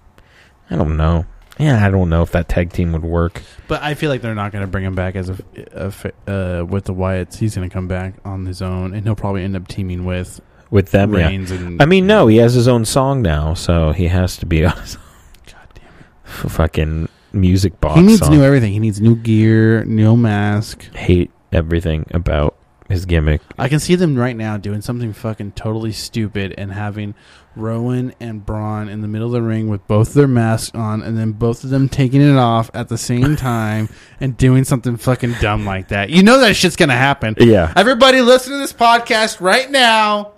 [SPEAKER 2] I don't know. Yeah, I don't know if that tag team would work.
[SPEAKER 1] But I feel like they're not going to bring him back as a, a fa- uh, with the Wyatts. He's going to come back on his own, and he'll probably end up teaming with
[SPEAKER 2] With them, yeah.
[SPEAKER 1] Reigns and.
[SPEAKER 2] I mean, no, he has his own song now, so he has to be a
[SPEAKER 1] God damn
[SPEAKER 2] fucking music
[SPEAKER 1] it.
[SPEAKER 2] box.
[SPEAKER 1] He needs
[SPEAKER 2] song.
[SPEAKER 1] new everything. He needs new gear, new mask.
[SPEAKER 2] Hate everything about his gimmick.
[SPEAKER 1] I can see them right now doing something fucking totally stupid and having Rowan and Braun in the middle of the ring with both their masks on and then both of them taking it off at the same time and doing something fucking dumb like that. You know that shit's going to happen.
[SPEAKER 2] Yeah.
[SPEAKER 1] Everybody listen to this podcast right now.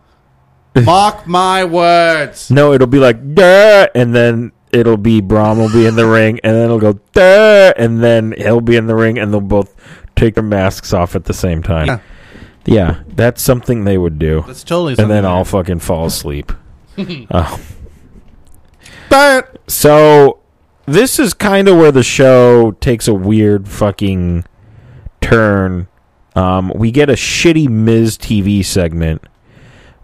[SPEAKER 1] Mock my words.
[SPEAKER 2] No, it'll be like duh, and then it'll be Braun will be in the ring, and then it'll go duh, and then he'll be in the ring, and they'll both take their masks off at the same time.
[SPEAKER 1] Yeah.
[SPEAKER 2] Yeah, that's something they would do.
[SPEAKER 1] That's totally.
[SPEAKER 2] And then
[SPEAKER 1] something.
[SPEAKER 2] I'll fucking fall asleep. Oh.
[SPEAKER 1] But
[SPEAKER 2] So this is kind of where the show takes a weird fucking turn. Um, we get a shitty Miz TV segment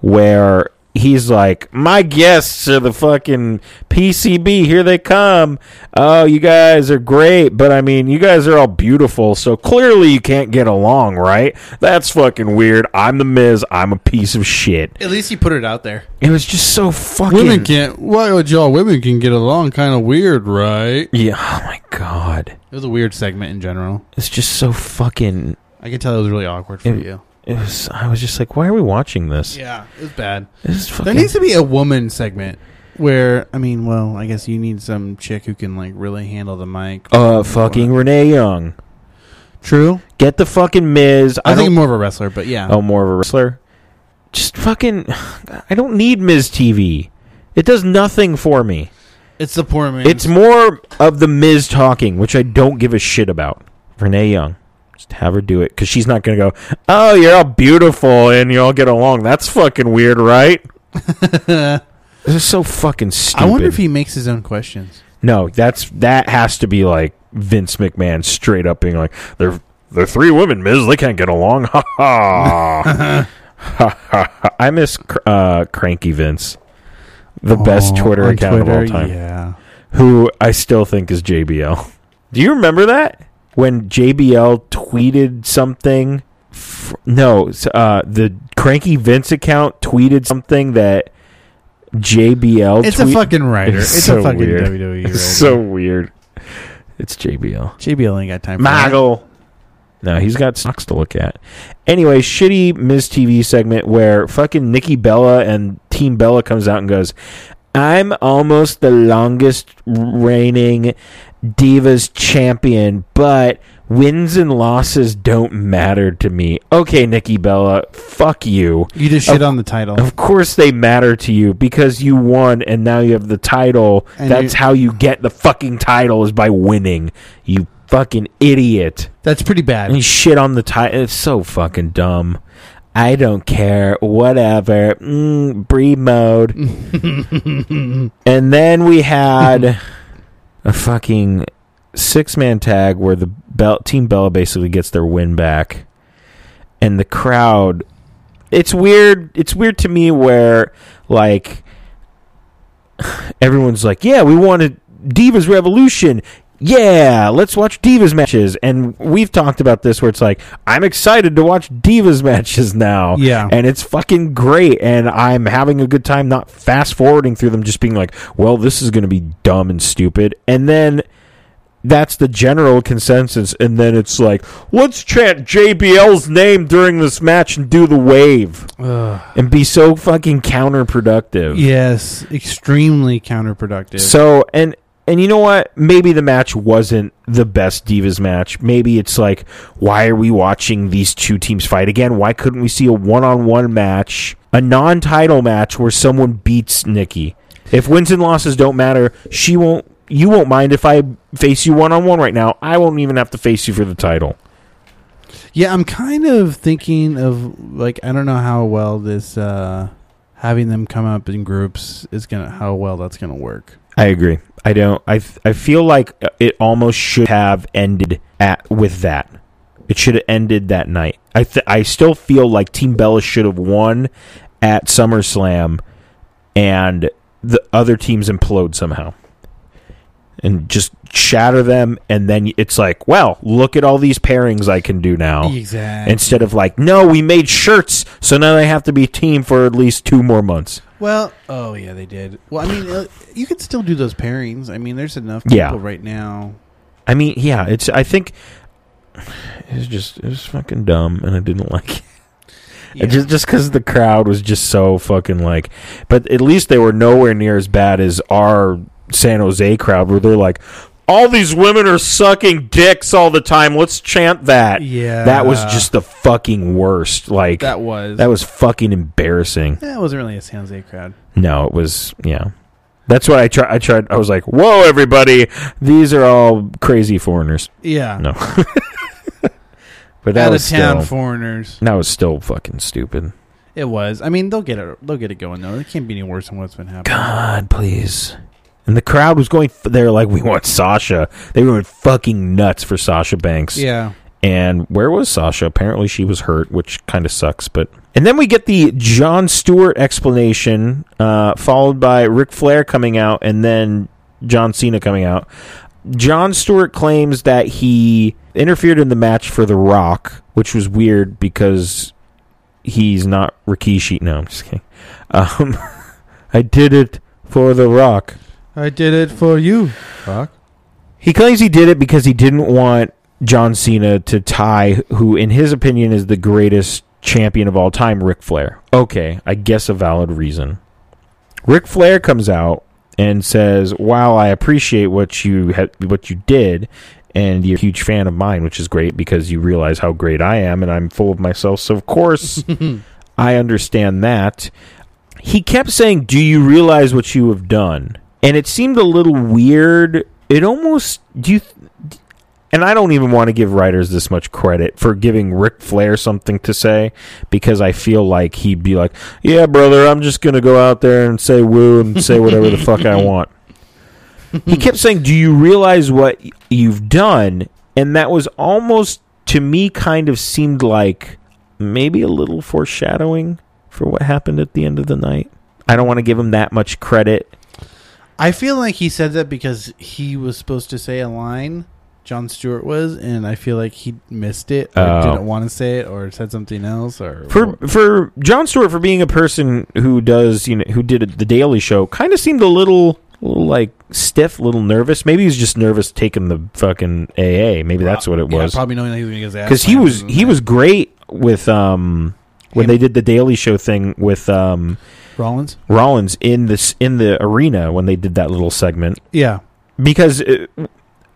[SPEAKER 2] where he's like, "My guests are the fucking PCB. Here they come. Oh, you guys are great, but I mean, you guys are all beautiful. So clearly, you can't get along, right? That's fucking weird. I'm the Miz. I'm a piece of shit.
[SPEAKER 3] At least he put it out there.
[SPEAKER 2] It was just so fucking
[SPEAKER 1] women can't. Why would y'all women can get along? Kind of weird, right?
[SPEAKER 2] Yeah. Oh my god."
[SPEAKER 1] It was a weird segment in general.
[SPEAKER 2] It's just so fucking.
[SPEAKER 1] I could tell it was really awkward for
[SPEAKER 2] It-
[SPEAKER 1] you.
[SPEAKER 2] It was. I was just like, why are we watching this?
[SPEAKER 1] Yeah, it was bad.
[SPEAKER 2] This is fucking.
[SPEAKER 1] There needs to be a woman segment where I mean, well, I guess you need some chick who can like really handle the mic.
[SPEAKER 2] uh, fucking Renee Young.
[SPEAKER 1] True.
[SPEAKER 2] Get the fucking Miz.
[SPEAKER 1] I, think
[SPEAKER 2] don't-
[SPEAKER 1] more of a wrestler, but yeah.
[SPEAKER 2] Oh, more of a wrestler. Just fucking. I don't need Miz TV. It does nothing for me.
[SPEAKER 1] It's the poor man.
[SPEAKER 2] It's more of the Miz talking, which I don't give a shit about. Renee Young. Just have her do it because she's not going to go, oh, you're all beautiful and you all get along. That's fucking weird, right? This is so fucking stupid.
[SPEAKER 1] I wonder if he makes his own questions.
[SPEAKER 2] No, that's that has to be like Vince McMahon straight up being like, "They're they're three women, Miz. They can't get along." Ha ha. Ha, ha, ha. I miss cr- uh, Cranky Vince, the best
[SPEAKER 1] Oh,
[SPEAKER 2] Twitter
[SPEAKER 1] on
[SPEAKER 2] account
[SPEAKER 1] Twitter,
[SPEAKER 2] of all time,
[SPEAKER 1] Yeah.
[SPEAKER 2] who I still think is JBL. Do you remember that when JBL tweeted something? F- no, s- uh, the Cranky Vince account tweeted something that JBL.
[SPEAKER 1] It's
[SPEAKER 2] tweet-
[SPEAKER 1] a fucking writer.
[SPEAKER 2] It's
[SPEAKER 1] It's,
[SPEAKER 2] so
[SPEAKER 1] a fucking
[SPEAKER 2] weird.
[SPEAKER 1] WWE. writer.
[SPEAKER 2] It's so weird. It's JBL.
[SPEAKER 1] JBL ain't got time. for that.
[SPEAKER 2] Maggle. No, he's got stocks to look at. Anyway, shitty Ms. TV segment where fucking Nikki Bella and Team Bella comes out and goes, I'm almost the longest reigning Divas champion, but wins and losses don't matter to me. Okay, Nikki Bella, fuck you.
[SPEAKER 1] You just
[SPEAKER 2] Oh.
[SPEAKER 1] shit on the title.
[SPEAKER 2] Of course they matter to you because you won and now you have the title.
[SPEAKER 1] And
[SPEAKER 2] That's
[SPEAKER 1] you-
[SPEAKER 2] how you get the fucking title is by winning. You fucking idiot.
[SPEAKER 1] That's pretty
[SPEAKER 2] And you
[SPEAKER 1] bad.
[SPEAKER 2] shit on the title. It's so fucking dumb. I don't care. Whatever. Mm, Bree mode. and then we had a fucking six man tag where the Bell- team Bella basically gets their win back, and the crowd. It's weird. It's weird to me where like everyone's like, "Yeah, we wanted Divas Revolution." Yeah, let's watch Divas matches. And we've talked about this where it's like, I'm excited to watch Divas matches now
[SPEAKER 1] Yeah.
[SPEAKER 2] and it's fucking great and i'm having a good time not fast forwarding through them just being like well this is going to be dumb and stupid and then that's the general consensus and then it's like let's chant jbl's name during this match and do the wave
[SPEAKER 1] Ugh.
[SPEAKER 2] and be so fucking counterproductive
[SPEAKER 1] Yes, extremely counterproductive.
[SPEAKER 2] so and and you know what? Maybe the match wasn't the best Divas match. Maybe it's like, why are we watching these two teams fight again? Why couldn't we see a one-on-one match, a non-title match where someone beats Nikki? If wins and losses don't matter, she won't. You won't mind if I face you one-on-one right now. I won't even have to face you for the title.
[SPEAKER 1] Yeah, I'm kind of thinking of like I don't know how well this uh having them come up in groups is gonna how well that's gonna work.
[SPEAKER 2] I agree. I don't. I f- I feel like uh, it almost should have ended at with that. It should have ended that night. I th- I still feel like Team Bella should have won at SummerSlam, and the other teams implode somehow, and just shatter them. And then it's like, well, look at all these pairings I can do now.
[SPEAKER 1] Exactly.
[SPEAKER 2] Instead of like, no, we made shirts, so now they have to be a team for at least two more months.
[SPEAKER 1] well, oh yeah, they did. Well, I mean, uh, you could still do those pairings. I mean, there's enough people
[SPEAKER 2] Yeah.
[SPEAKER 1] right now.
[SPEAKER 2] I mean, yeah, it's. I think it's just it was fucking dumb, and I didn't like it.
[SPEAKER 1] Yeah.
[SPEAKER 2] Just just because the crowd was just so fucking like. But at least they were nowhere near as bad as our San Jose crowd, where they're like, "All these women are sucking dicks all the time. Let's chant that."
[SPEAKER 1] yeah,
[SPEAKER 2] That was just the fucking worst. Like that,
[SPEAKER 1] that was
[SPEAKER 2] was fucking embarrassing.
[SPEAKER 1] that wasn't really a San Jose crowd.
[SPEAKER 2] No, it was yeah. That's what I tried. I tried. I was like, "Whoa, everybody! These are all crazy foreigners."
[SPEAKER 1] Yeah,
[SPEAKER 2] No. But
[SPEAKER 1] Out
[SPEAKER 2] that
[SPEAKER 1] of
[SPEAKER 2] was
[SPEAKER 1] town
[SPEAKER 2] still
[SPEAKER 1] foreigners.
[SPEAKER 2] that was still fucking stupid.
[SPEAKER 1] It was. I mean, they'll get it. They'll get it going though. It can't be any worse than what's been happening.
[SPEAKER 2] God, please. And the crowd was going. F- they were like, "We want Sasha." They went fucking nuts for Sasha Banks.
[SPEAKER 1] Yeah.
[SPEAKER 2] And where was Sasha? Apparently, she was hurt, which kind of sucks. But and then we get the John Stewart explanation, uh, followed by Ric Flair coming out, and then John Cena coming out. John Stewart claims that he interfered in the match for The Rock, which was weird because he's not Rikishi. No, I'm just kidding. Um, I did it for The Rock.
[SPEAKER 1] I did it for you. Fuck.
[SPEAKER 2] He claims he did it because he didn't want John Cena to tie who, in his opinion, is the greatest champion of all time, Ric Flair. Okay, I guess a valid reason. Ric Flair comes out and says, "Wow, I appreciate what you ha- what you did." And you're a huge fan of mine, which is great because you realize how great I am, and I'm full of myself. So, of course, I understand that. He kept saying, Do you realize what you have done? And it seemed a little weird. It almost. Do you. And I don't even want to give writers this much credit for giving Ric Flair something to say because I feel like he'd be like, Yeah, brother, I'm just going to go out there and say woo and say whatever the fuck I want. He kept saying, Do you realize what y- you've done? And that was almost, to me, kind of seemed like maybe a little foreshadowing for what happened at the end of the night. I don't want to give him that much credit.
[SPEAKER 1] I feel like he said that because he was supposed to say a line. John Stewart was, and I feel like he missed it, or
[SPEAKER 2] Oh.
[SPEAKER 1] didn't want to say it, or said something else, or
[SPEAKER 2] For for John Stewart for being a person who does, you know, who did the Daily Show, kind of seemed a little little like stiff, a little nervous. Maybe he's just nervous taking the fucking AA. Maybe that's what it
[SPEAKER 1] Yeah,
[SPEAKER 2] was.
[SPEAKER 1] probably knowing that he was going to get his ass
[SPEAKER 2] Cuz he
[SPEAKER 1] slammed
[SPEAKER 2] was
[SPEAKER 1] in the
[SPEAKER 2] he
[SPEAKER 1] night.
[SPEAKER 2] was great with um when
[SPEAKER 1] Him.
[SPEAKER 2] they did the Daily Show thing with um
[SPEAKER 1] Rollins.
[SPEAKER 2] Rollins in this in the arena when they did that little segment.
[SPEAKER 1] Yeah,
[SPEAKER 2] because uh,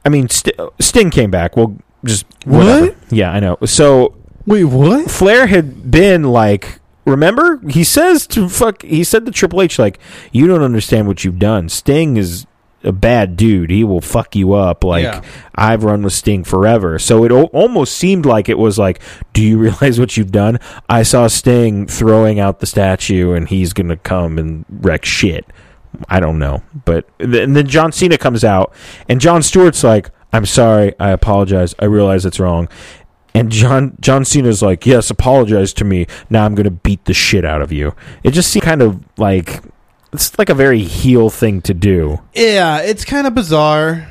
[SPEAKER 2] I mean St- Sting came back. Well, just
[SPEAKER 1] What?
[SPEAKER 2] whatever. Yeah, I know. So
[SPEAKER 1] Wait, what?
[SPEAKER 2] Flair had been like, remember he says to fuck. He said to Triple H like, you don't understand what you've done. Sting is a bad dude. He will fuck you up. Like
[SPEAKER 1] Yeah.
[SPEAKER 2] I've run with Sting forever. So it al almost seemed like it was like, do you realize what you've done? I saw Sting throwing out the statue, and he's gonna come and wreck shit. I don't know. But and then John Cena comes out, and John Stewart's like, "I'm sorry, I apologize, I realize it's wrong." And John John Cena's like, "Yes, apologize to me. Now I'm gonna beat the shit out of you." It just seemed kind of like it's like a very heel thing to do.
[SPEAKER 1] Yeah, it's kind of bizarre.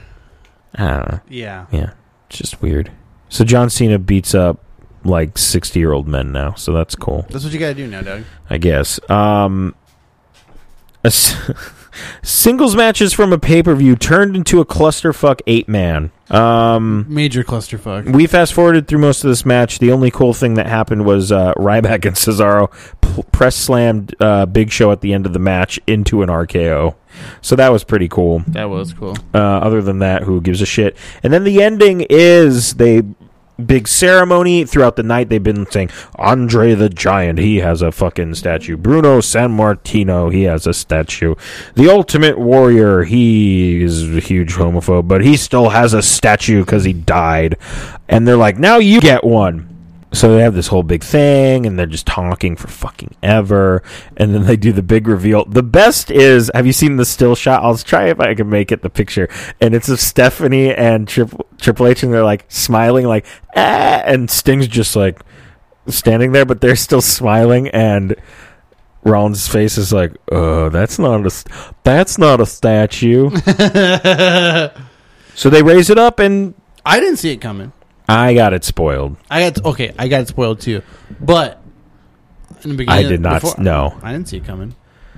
[SPEAKER 2] I don't know.
[SPEAKER 1] Yeah,
[SPEAKER 2] Yeah, it's just weird. So John Cena beats up like sixty year old men now, so that's cool.
[SPEAKER 1] that's what you got to do now, Doug.
[SPEAKER 2] I guess. Um, a s- singles matches from a pay per view turned into a clusterfuck eight man. Um,
[SPEAKER 1] Major clusterfuck.
[SPEAKER 2] we fast forwarded through most of this match. The only cool thing that happened was uh, Ryback and Cesaro p- press slammed uh, Big Show at the end of the match into an RKO. So that was pretty cool.
[SPEAKER 1] That was cool.
[SPEAKER 2] Uh, other than that, who gives a shit? And then the ending is they big ceremony throughout the night. They've been saying Andre the Giant, he has a fucking statue. Bruno San Martino, he has a statue. The Ultimate Warrior, he is a huge homophobe, but he still has a statue because he died. And they're like, now you get one. So they have this whole big thing, and they're just talking for fucking ever, and then they do the big reveal. The best is, have you seen the still shot? I'll try if I can make it the picture, and it's of Stephanie and Triple, Triple H, and they're like smiling, like ah, and Sting's just like standing there, but they're still smiling, and Rollins' face is like, uh, that's not a, st- that's not a statue.
[SPEAKER 1] I
[SPEAKER 2] so they raise it up, and
[SPEAKER 1] didn't see it coming.
[SPEAKER 2] I got it spoiled.
[SPEAKER 1] I got okay. I got it spoiled too, but in the
[SPEAKER 2] I
[SPEAKER 1] beginning,
[SPEAKER 2] did not
[SPEAKER 1] before-
[SPEAKER 2] no.
[SPEAKER 1] I didn't see it coming.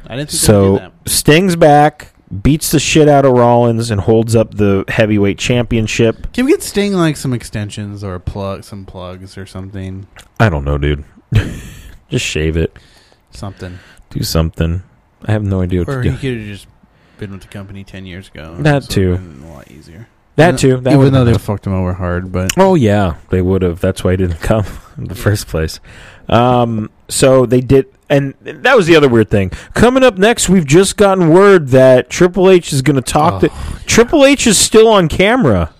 [SPEAKER 1] I didn't. Think so
[SPEAKER 2] So Sting's back, beats the shit out of Rollins, and holds up the heavyweight championship.
[SPEAKER 1] can we get Sting like some extensions or a plug, some plugs or something,
[SPEAKER 2] I don't know, dude. Just shave it.
[SPEAKER 1] something?
[SPEAKER 2] Do something. I have no idea what
[SPEAKER 1] Or e-
[SPEAKER 2] to
[SPEAKER 1] he
[SPEAKER 2] do.
[SPEAKER 1] could have just been with the company ten years ago.
[SPEAKER 2] That
[SPEAKER 1] This would've
[SPEAKER 2] too.
[SPEAKER 1] been A lot easier.
[SPEAKER 2] That too. That
[SPEAKER 1] e- Even
[SPEAKER 2] would
[SPEAKER 1] though they fucked him over hard, but
[SPEAKER 2] Oh yeah, they would have. That's why he didn't come in the first place. Um, so they did, and that was the other weird thing. Coming up next, we've just gotten word that Triple H is going to talk.
[SPEAKER 1] Oh,
[SPEAKER 2] to Triple H is still on camera.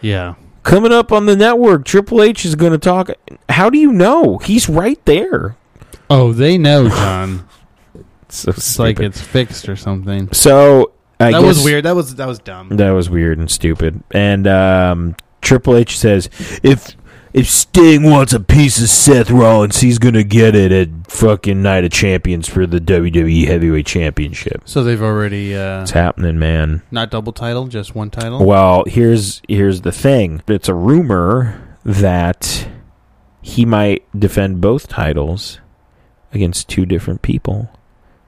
[SPEAKER 1] yeah,
[SPEAKER 2] Coming up on the network, Triple H is going to talk. How do you know? He's right there.
[SPEAKER 1] Oh, they know, John.
[SPEAKER 2] So
[SPEAKER 1] it's like
[SPEAKER 2] stupid.
[SPEAKER 1] it's fixed or something.
[SPEAKER 2] so. I
[SPEAKER 1] that
[SPEAKER 2] guess,
[SPEAKER 1] was weird. That was that was dumb.
[SPEAKER 2] That was weird and stupid. And um, Triple H says, "If if Sting wants a piece of Seth Rollins, he's gonna get it at fucking Night of Champions for the WWE Heavyweight Championship."
[SPEAKER 1] So they've already uh,
[SPEAKER 2] It's happening, man.
[SPEAKER 1] not double title, just one title.
[SPEAKER 2] Well, here's here's the thing. It's a rumor that he might defend both titles against two different people.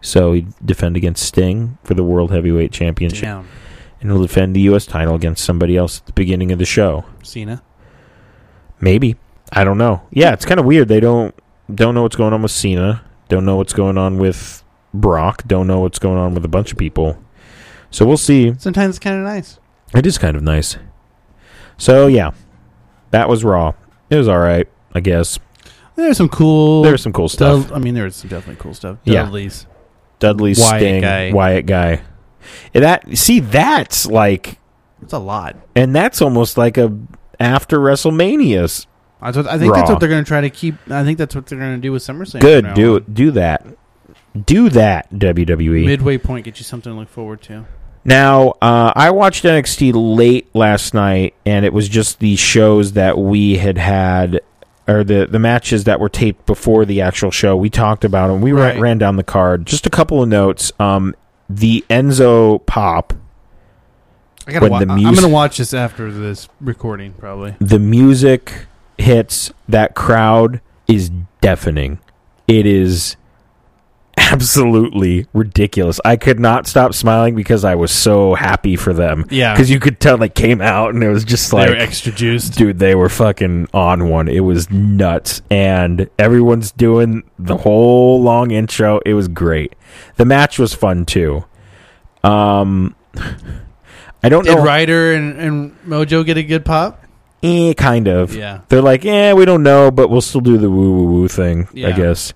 [SPEAKER 2] So he'd defend against Sting for the World Heavyweight Championship,
[SPEAKER 1] Down.
[SPEAKER 2] and he'll defend the U.S. title against somebody else at the beginning of the show.
[SPEAKER 1] Cena.
[SPEAKER 2] Maybe. I don't know. Yeah, it's kind of weird. They don't don't know what's going on with Cena. Don't know what's going on with Brock. Don't know what's going on with a bunch of people. So we'll see.
[SPEAKER 1] Sometimes it's kind of nice.
[SPEAKER 2] It is kind of nice. So yeah, that was Raw. It was all right, I guess.
[SPEAKER 1] There's some cool
[SPEAKER 2] There was some cool stuff.
[SPEAKER 1] Dud- I mean, there was some definitely cool stuff.
[SPEAKER 2] Yeah.
[SPEAKER 1] Dudley's.
[SPEAKER 2] Dudley
[SPEAKER 1] Wyatt
[SPEAKER 2] Sting,
[SPEAKER 1] guy.
[SPEAKER 2] Wyatt guy. And that see, that's like,
[SPEAKER 1] It's a lot.
[SPEAKER 2] and that's almost like a after WrestleMania's.
[SPEAKER 1] That's what- I think that's
[SPEAKER 2] Raw.
[SPEAKER 1] what they're going to try to keep. I think that's what they're going to do with SummerSlam. from
[SPEAKER 2] Good,
[SPEAKER 1] now
[SPEAKER 2] do
[SPEAKER 1] on.
[SPEAKER 2] it, do that, do that. E. WWE
[SPEAKER 1] Midway point gets you something to look forward to.
[SPEAKER 2] Now, uh, I watched NXT late last night, and it was just the shows that we had had, or the, the matches that were taped before the actual show. We talked about them. We ran,
[SPEAKER 1] Right.
[SPEAKER 2] ran down the card. Just a couple of notes. Um, the Enzo pop,
[SPEAKER 1] I gotta
[SPEAKER 2] When
[SPEAKER 1] wa-
[SPEAKER 2] the
[SPEAKER 1] I- I'm
[SPEAKER 2] mus-
[SPEAKER 1] going to watch this after this recording, probably.
[SPEAKER 2] the music hits, that crowd is deafening. It is absolutely ridiculous. I could not stop smiling because I was so happy for them.
[SPEAKER 1] Yeah,
[SPEAKER 2] Because you could tell they came out and it was just like
[SPEAKER 1] they're extra juiced.
[SPEAKER 2] dude they were fucking on one it was nuts and everyone's doing the whole long intro it was great the match was fun too um i don't
[SPEAKER 1] Did
[SPEAKER 2] know
[SPEAKER 1] Ryder and, and Mojo get a good pop?
[SPEAKER 2] eh, kind of
[SPEAKER 1] Yeah,
[SPEAKER 2] they're like eh we don't know but we'll still do the woo woo woo thing i
[SPEAKER 1] Yeah.
[SPEAKER 2] guess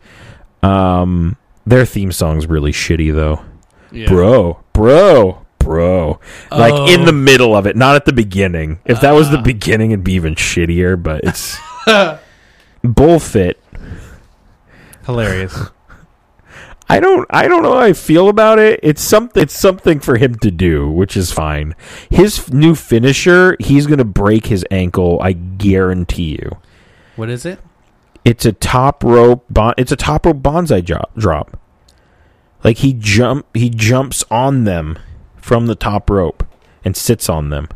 [SPEAKER 2] um their theme song's really shitty though
[SPEAKER 1] yeah.
[SPEAKER 2] bro bro bro like
[SPEAKER 1] Oh.
[SPEAKER 2] in the middle of it not at the beginning if that was the
[SPEAKER 1] Ah.
[SPEAKER 2] beginning it'd be even shittier but it's bullfit
[SPEAKER 1] hilarious.
[SPEAKER 2] I don't I don't know how I feel about it. It's something it's something for him to do, which is fine. His f- new finisher, he's going to break his ankle, I guarantee you.
[SPEAKER 1] what is it?
[SPEAKER 2] It's a top rope bon- it's a top rope bonsai jo- drop. Like he jump he jumps on them from the top rope and sits on them.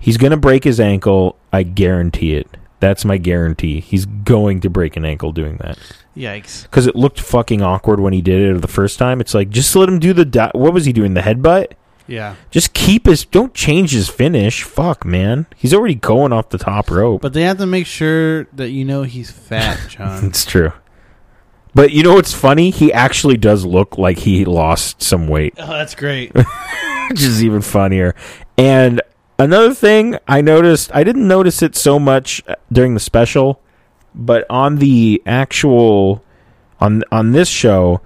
[SPEAKER 2] He's going to break his ankle, I guarantee it. That's my guarantee. He's going to break an ankle doing that
[SPEAKER 1] Yikes!
[SPEAKER 2] because it looked fucking awkward when he did it the first time. It's like just let him do the di- what was he doing the headbutt?
[SPEAKER 1] Yeah,
[SPEAKER 2] Just keep his don't change his finish. Fuck man, he's already going off the top rope.
[SPEAKER 1] but they have to make sure that you know he's fat, John.
[SPEAKER 2] it's true. But you know what's funny? He actually does look like he lost some weight,
[SPEAKER 1] oh, that's great.
[SPEAKER 2] which is even funnier. And another thing I noticed, I didn't notice it so much uh, during the special, but on the actual on on this show,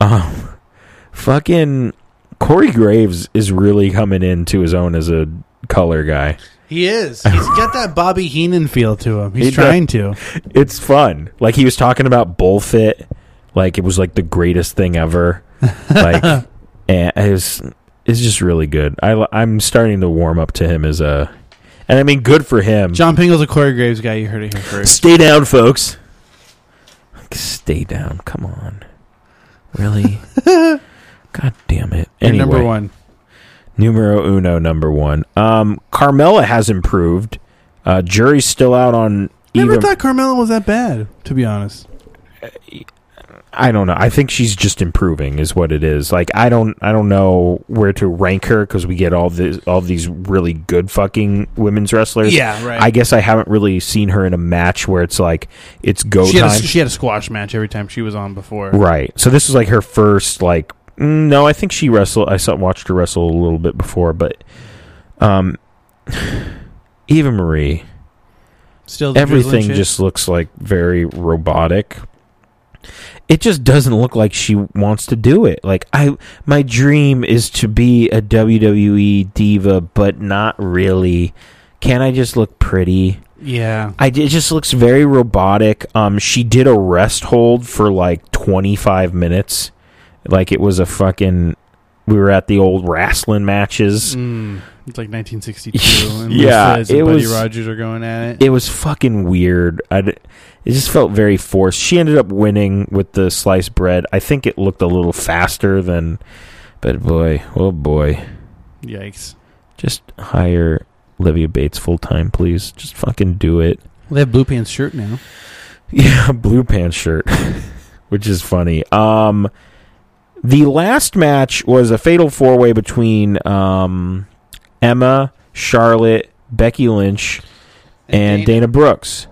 [SPEAKER 2] um, fucking Corey Graves is really coming into his own as a color guy.
[SPEAKER 1] He is. He's got that Bobby Heenan feel to him. He's
[SPEAKER 2] He does. Mm.
[SPEAKER 1] trying to.
[SPEAKER 2] It's fun. Like he was talking about bullfit, like it was like the greatest thing ever. Like and it was it's just really good. I li- I'm starting to warm up to him as a and I mean good for him.
[SPEAKER 1] John Pingle's a Corey Graves guy. You heard it here first.
[SPEAKER 2] Stay down, folks. Like, Stay down. Come on. Really? God damn it.
[SPEAKER 1] You're
[SPEAKER 2] Anyway,
[SPEAKER 1] number one.
[SPEAKER 2] Numero uno, number one. Um, Carmella has improved. Uh, jury's still out on
[SPEAKER 1] Never
[SPEAKER 2] even.
[SPEAKER 1] thought Carmella was that bad, to be honest.
[SPEAKER 2] I don't know. I think she's just improving, is what it is. Like I don't, I don't know where to rank her because we get all this, all these really good fucking women's wrestlers.
[SPEAKER 1] Yeah, right.
[SPEAKER 2] I guess I haven't really seen her in a match where it's like it's go
[SPEAKER 1] she, had
[SPEAKER 2] time.
[SPEAKER 1] a, she had a squash match every time she was on before.
[SPEAKER 2] Right. So this is like her first like mm, no, I think she wrestled I saw watched her wrestle a little bit before, but um Eva Marie,
[SPEAKER 1] Still, the drizzling
[SPEAKER 2] everything
[SPEAKER 1] shit?
[SPEAKER 2] just looks like very robotic. It just doesn't look like she wants to do it. Like I my E dream is to be a WWE diva but not really. can't I just look pretty?
[SPEAKER 1] Yeah.
[SPEAKER 2] I it just looks very robotic. Um, she did a rest hold for like 25 minutes, like it was a fucking. We were at the old wrestling matches.
[SPEAKER 1] Mm, it's like 1962. And
[SPEAKER 2] Yeah,
[SPEAKER 1] Liz and
[SPEAKER 2] it
[SPEAKER 1] Buddy
[SPEAKER 2] was-
[SPEAKER 1] Rogers are going at it.
[SPEAKER 2] It was fucking weird. I it just felt very forced. She ended up winning with the sliced bread. I think it looked a little faster than, but boy, oh boy,
[SPEAKER 1] Yikes.
[SPEAKER 2] just hire Livia Bates full time, please. Just fucking do it.
[SPEAKER 1] Well, they have blue pants shirt now.
[SPEAKER 2] Yeah, blue pants shirt, which is funny. Um, the last match was a fatal four way between um, Emma, Charlotte, Becky Lynch, and Dana Brooks.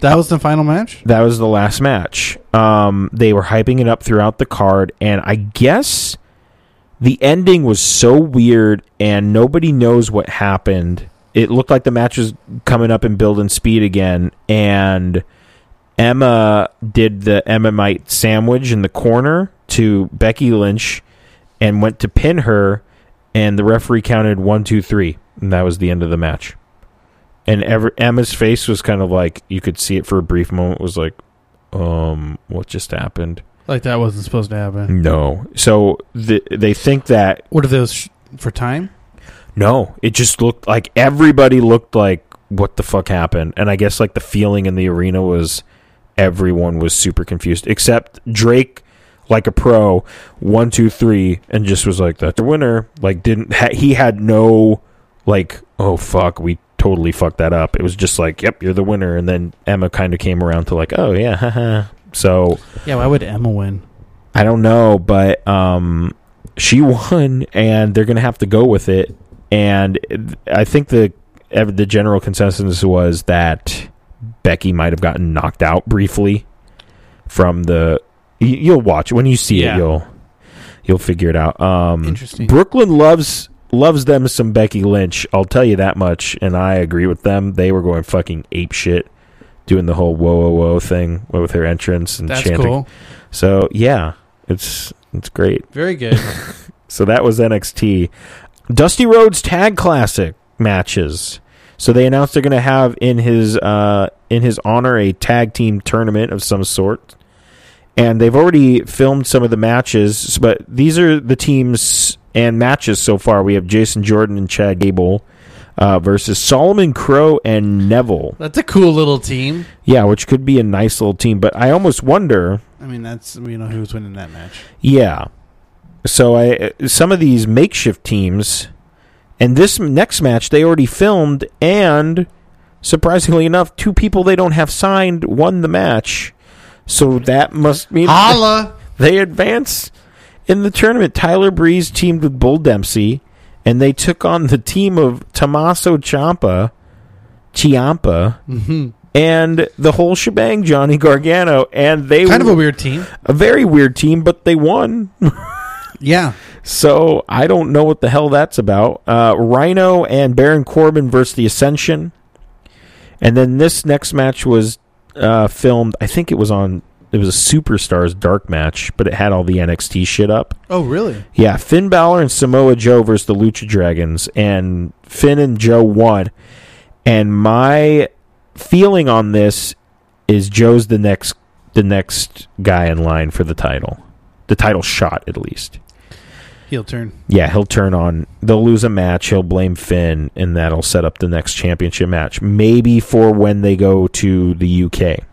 [SPEAKER 1] That was the final match?
[SPEAKER 2] That was the last match. Um, they were hyping it up throughout the card, and I guess the ending was so weird, and nobody knows what happened. It looked like the match was coming up and building speed again, and Emma did the Emmamite sandwich in the corner to Becky Lynch, and went to pin her, and the referee counted one, two, three, and that was the end of the match. And ever, Emma's face was kind of like you could see it for a brief moment was like, um, what just happened?
[SPEAKER 1] Like, that wasn't supposed to
[SPEAKER 2] Mm.
[SPEAKER 1] happen.
[SPEAKER 2] No. So the, they think that
[SPEAKER 1] What if those sh- for time?
[SPEAKER 2] no, it just looked like everybody looked like what the fuck happened. And I guess like the feeling in the arena was everyone was super confused except Drake like a pro one two three and just was like that's the winner like didn't ha- he had no like oh fuck we totally fucked that up it was just like yep you're the winner and then Emma kind of came around to like oh yeah haha so
[SPEAKER 1] Yeah, why would Emma win?
[SPEAKER 2] I don't know, but um, she won, and they're gonna have to go with it. And I think the ev- the general consensus was that Becky might have gotten knocked out briefly from the. y- You'll watch when you see
[SPEAKER 1] Yeah.
[SPEAKER 2] it. You'll you'll figure it out. Um,
[SPEAKER 1] Interesting.
[SPEAKER 2] Brooklyn loves loves them some Becky Lynch. I'll tell you that much, and I agree with them. They were going fucking ape shit, doing the whole whoa whoa whoa thing with her entrance and
[SPEAKER 1] That's
[SPEAKER 2] chanting.
[SPEAKER 1] cool.
[SPEAKER 2] So yeah, it's it's great.
[SPEAKER 1] Very good.
[SPEAKER 2] So that was NXT. Dusty Rhodes Tag Classic matches. So they announced they're going to have in his uh, in his honor a tag team tournament of some sort, and they've already filmed some of the matches. But these are the teams and matches so far. We have Jason Jordan and Chad Gable uh, versus Solomon Crow and Neville.
[SPEAKER 1] That's a cool little team.
[SPEAKER 2] Yeah, which could be a nice little team. But I almost wonder.
[SPEAKER 1] I mean, that's, you know, who's winning that match.
[SPEAKER 2] Yeah. So I some of these makeshift teams, and this m- next match they already filmed, and surprisingly enough, two people they don't have signed won the match. So that must mean
[SPEAKER 1] Holla!
[SPEAKER 2] they advance in the tournament. Tyler Breeze teamed with Bull Dempsey, and they took on the team of Tommaso Ciampa, Ciampa,
[SPEAKER 1] hmm
[SPEAKER 2] and the whole shebang, Johnny Gargano, and they
[SPEAKER 1] Kind of
[SPEAKER 2] were
[SPEAKER 1] a weird team.
[SPEAKER 2] a very weird team, but they won.
[SPEAKER 1] Yeah.
[SPEAKER 2] So I don't know what the hell that's about. Uh, Rhino and Baron Corbin versus the Ascension, and then this next match was uh, filmed. I think it was on. It was a Superstars dark match, but it had all the NXT shit up.
[SPEAKER 1] Oh, really?
[SPEAKER 2] Yeah, Finn Balor and Samoa Joe versus the Lucha Dragons, and Finn and Joe won. And my feeling on this is Joe's the next the next guy in line for the title, the title shot at least.
[SPEAKER 1] Heel turn.
[SPEAKER 2] Yeah, he'll turn on. They'll lose a match. He'll blame Finn, and that'll set up the next championship match, maybe for when they go to the UK.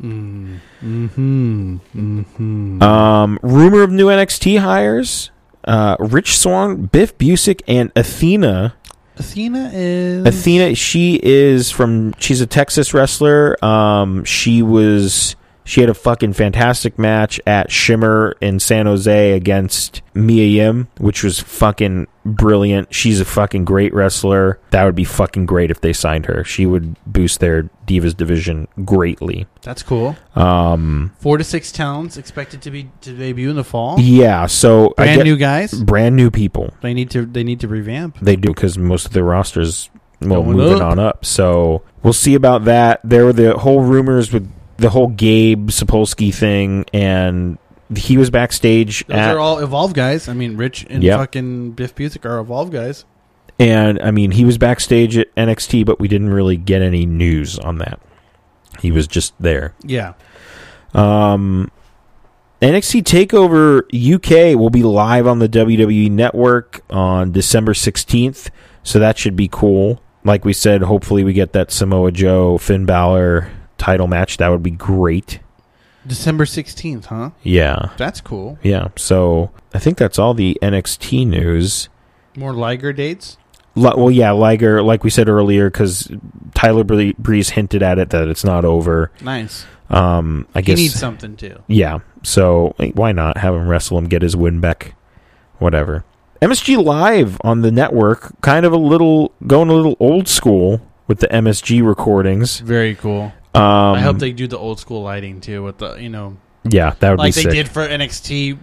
[SPEAKER 1] Mm. hmm hmm
[SPEAKER 2] Um, rumor of new NXT hires: uh, Rich Swan, Biff Busick, and Athena.
[SPEAKER 1] Athena is...
[SPEAKER 2] Athena, she is from. She's a Texas wrestler. Um, she was. She had a fucking fantastic match at Shimmer in San Jose against Mia Yim, which was fucking brilliant. She's a fucking great wrestler. That would be fucking great if they signed her. She would boost their Divas division greatly.
[SPEAKER 1] That's cool.
[SPEAKER 2] Um,
[SPEAKER 1] Four to six towns expected to be to debut in the fall.
[SPEAKER 2] yeah, so
[SPEAKER 1] Brand
[SPEAKER 2] I get,
[SPEAKER 1] new guys.
[SPEAKER 2] brand new people.
[SPEAKER 1] They need to they need to revamp.
[SPEAKER 2] They do because most of their rosters well
[SPEAKER 1] Going
[SPEAKER 2] moving
[SPEAKER 1] up.
[SPEAKER 2] on up. So we'll see about that. There were the whole rumors with the whole Gabe Sapolsky thing, and he was backstage
[SPEAKER 1] Those
[SPEAKER 2] at
[SPEAKER 1] are all evolve guys. I mean, Rich and
[SPEAKER 2] Yep.
[SPEAKER 1] fucking Biff Busick are evolve guys.
[SPEAKER 2] And I mean, he was backstage at NXT, but we didn't really get any news on that. He was just there.
[SPEAKER 1] Yeah.
[SPEAKER 2] Um, NXT Takeover UK will be live on the WWE Network on December 16th, so that should be cool. Like we said, hopefully we get that Samoa Joe Finn Balor title match. That would be great.
[SPEAKER 1] December 16th, huh?
[SPEAKER 2] Yeah.
[SPEAKER 1] That's cool.
[SPEAKER 2] Yeah. So I think that's all the NXT news.
[SPEAKER 1] More Liger dates?
[SPEAKER 2] Li- Well, yeah, Liger, like we said earlier, because Tyler Bree- Breeze hinted at it that it's not over.
[SPEAKER 1] Nice.
[SPEAKER 2] Um, I
[SPEAKER 1] He
[SPEAKER 2] guess
[SPEAKER 1] needs something too.
[SPEAKER 2] Yeah. So like, why not have him wrestle him, get his win back, whatever. MSG Live on the network, kind of a little going a little old school with the MSG recordings.
[SPEAKER 1] Very cool.
[SPEAKER 2] Um,
[SPEAKER 1] I hope they do the old school lighting too with the, you know,
[SPEAKER 2] yeah, that would
[SPEAKER 1] like they
[SPEAKER 2] be sick.
[SPEAKER 1] did for NXT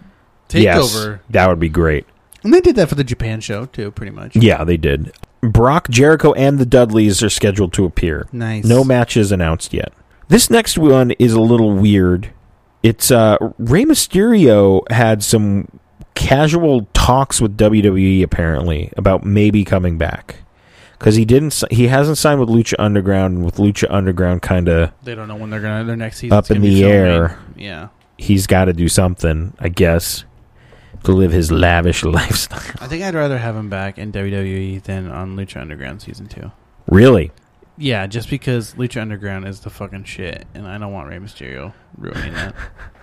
[SPEAKER 2] Yes,
[SPEAKER 1] TakeOver.
[SPEAKER 2] that would be great.
[SPEAKER 1] And they did that for the Japan show too, pretty much.
[SPEAKER 2] Yeah, they did. Brock Jericho and the Dudleys are scheduled to appear.
[SPEAKER 1] Nice.
[SPEAKER 2] No matches announced yet. This next one is a little weird. It's uh Rey Mysterio had some casual talks with WWE apparently about maybe coming back cuz he didn't si- he hasn't signed with Lucha Underground and with Lucha Underground kind of
[SPEAKER 1] They don't know when they're gonna their next season.
[SPEAKER 2] Up in the air.
[SPEAKER 1] Yeah.
[SPEAKER 2] he's got to do something, I guess, to live his lavish lifestyle.
[SPEAKER 1] I think I'd rather have him back in WWE than on Lucha Underground season two.
[SPEAKER 2] really?
[SPEAKER 1] Yeah, just because Lucha Underground is the fucking shit, and I don't want Rey Mysterio ruining that.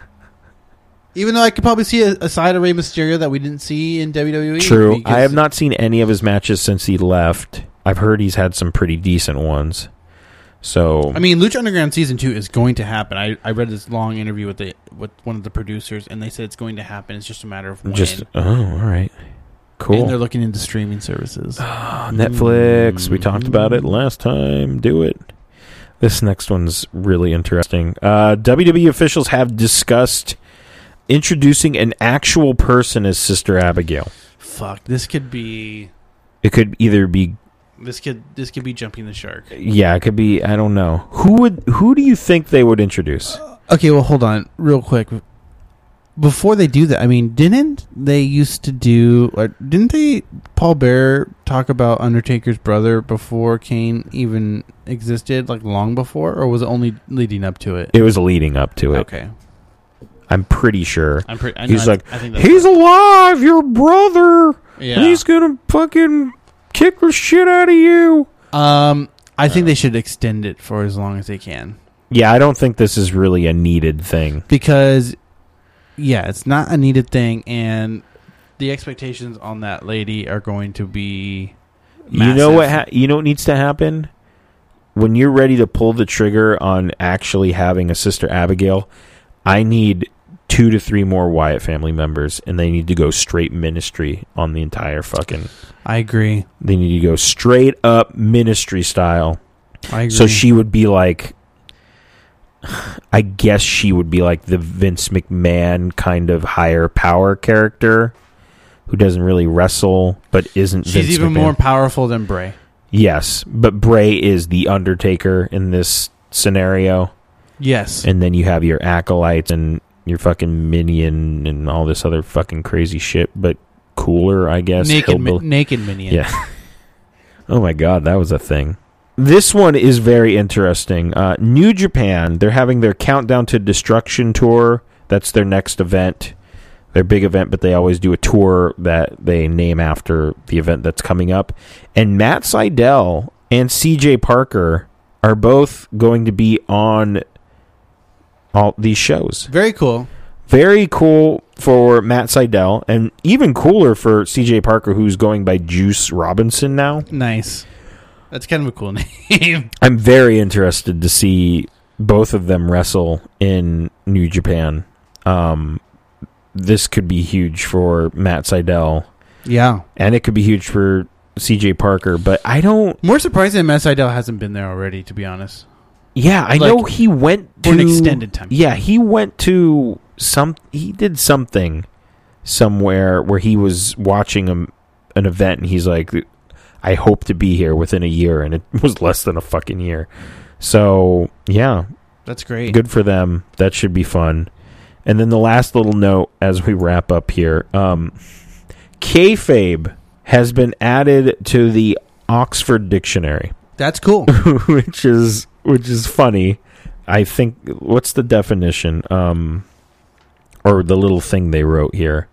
[SPEAKER 1] Even though I could probably see a, a side of Rey Mysterio that we didn't see in E. WWE.
[SPEAKER 2] True.
[SPEAKER 1] because-
[SPEAKER 2] I have not seen any of his matches since he left. I've heard he's had some pretty decent ones. So
[SPEAKER 1] I mean, Lucha Underground season two is going to happen. I, I read this long interview with the with one of the producers, and they said it's going to happen. It's just a matter of when.
[SPEAKER 2] Just oh, all
[SPEAKER 1] And
[SPEAKER 2] right,
[SPEAKER 1] they're
[SPEAKER 2] cool.
[SPEAKER 1] looking into streaming services.
[SPEAKER 2] Oh, Netflix.
[SPEAKER 1] Hmm.
[SPEAKER 2] We talked about it last time. Do it. This next one's really interesting. Uh, WWE officials have discussed introducing an actual person as Sister Abigail.
[SPEAKER 1] Fuck, this could be
[SPEAKER 2] It could either be
[SPEAKER 1] this could this could be jumping the shark.
[SPEAKER 2] yeah, it could be I don't know who would who do you think they would introduce?
[SPEAKER 1] Okay, well, hold on, real quick. Before they do that, I mean, didn't they used to do? Or didn't they? Paul Bear talk about Undertaker's brother before Kane even existed, like long before, or was it only leading up to it?
[SPEAKER 2] It was leading up to it.
[SPEAKER 1] Okay,
[SPEAKER 2] I'm pretty sure.
[SPEAKER 1] I'm pretty. I know,
[SPEAKER 2] He's
[SPEAKER 1] I-
[SPEAKER 2] like,
[SPEAKER 1] I think that's
[SPEAKER 2] He's alive, your brother.
[SPEAKER 1] yeah.
[SPEAKER 2] He's gonna fucking kick the shit out of you.
[SPEAKER 1] um, I
[SPEAKER 2] Uh,
[SPEAKER 1] think they should extend it for as long as they can
[SPEAKER 2] Yeah, I don't think this is really a needed thing.
[SPEAKER 1] because, yeah, it's not a needed thing, and the expectations on that lady are going to be.
[SPEAKER 2] You know
[SPEAKER 1] massive.
[SPEAKER 2] what? Ha- you know what needs to happen when you're ready to pull the trigger on actually having a sister Abigail. I need two to three more Wyatt family members, and they need to go straight ministry on the entire fucking.
[SPEAKER 1] I agree.
[SPEAKER 2] They need to go straight up ministry style.
[SPEAKER 1] I agree.
[SPEAKER 2] So she would be like. I guess she would be like the Vince McMahon kind of higher power character who doesn't really wrestle but isn't
[SPEAKER 1] She's
[SPEAKER 2] Vince
[SPEAKER 1] even
[SPEAKER 2] McMahon.
[SPEAKER 1] more powerful than Bray.
[SPEAKER 2] Yes, but Bray is the Undertaker in this scenario,
[SPEAKER 1] Yes.
[SPEAKER 2] and then you have your acolytes and your fucking minion and all this other fucking crazy shit, but cooler, I guess.
[SPEAKER 1] naked, mi-
[SPEAKER 2] hillbilly-
[SPEAKER 1] naked minion.
[SPEAKER 2] Yeah. Oh my god, that was a thing. This one is very interesting. Uh, New Japan, they're having their Countdown to Destruction tour. That's their next event, their big event, but they always do a tour that they name after the event that's coming up. And Matt Seidel and CJ Parker are both going to be on all these shows.
[SPEAKER 1] Very cool.
[SPEAKER 2] Very cool for Matt Seidel, and even cooler for CJ Parker, who's going by Juice Robinson now.
[SPEAKER 1] Nice. That's kind of a cool name.
[SPEAKER 2] I'm very interested to see both of them wrestle in New Japan. Um, this could be huge for Matt Seidel,
[SPEAKER 1] yeah.
[SPEAKER 2] and it could be huge for CJ Parker. But I don't.
[SPEAKER 1] More surprising that Matt Seidel hasn't been there already, to be honest.
[SPEAKER 2] Yeah, I
[SPEAKER 1] Like,
[SPEAKER 2] know he went to
[SPEAKER 1] for an extended time.
[SPEAKER 2] Yeah, he went to some. He did something somewhere where he was watching a, an event, and he's like, "I hope to be here within a year," and it was less than a fucking year. So yeah,
[SPEAKER 1] That's great.
[SPEAKER 2] good for them. That should be fun. And then the last little note as we wrap up here. Um, kayfabe has been added to the Oxford Dictionary,
[SPEAKER 1] That's cool.
[SPEAKER 2] which is which is funny. I think what's the definition? Um, or the little thing they wrote here.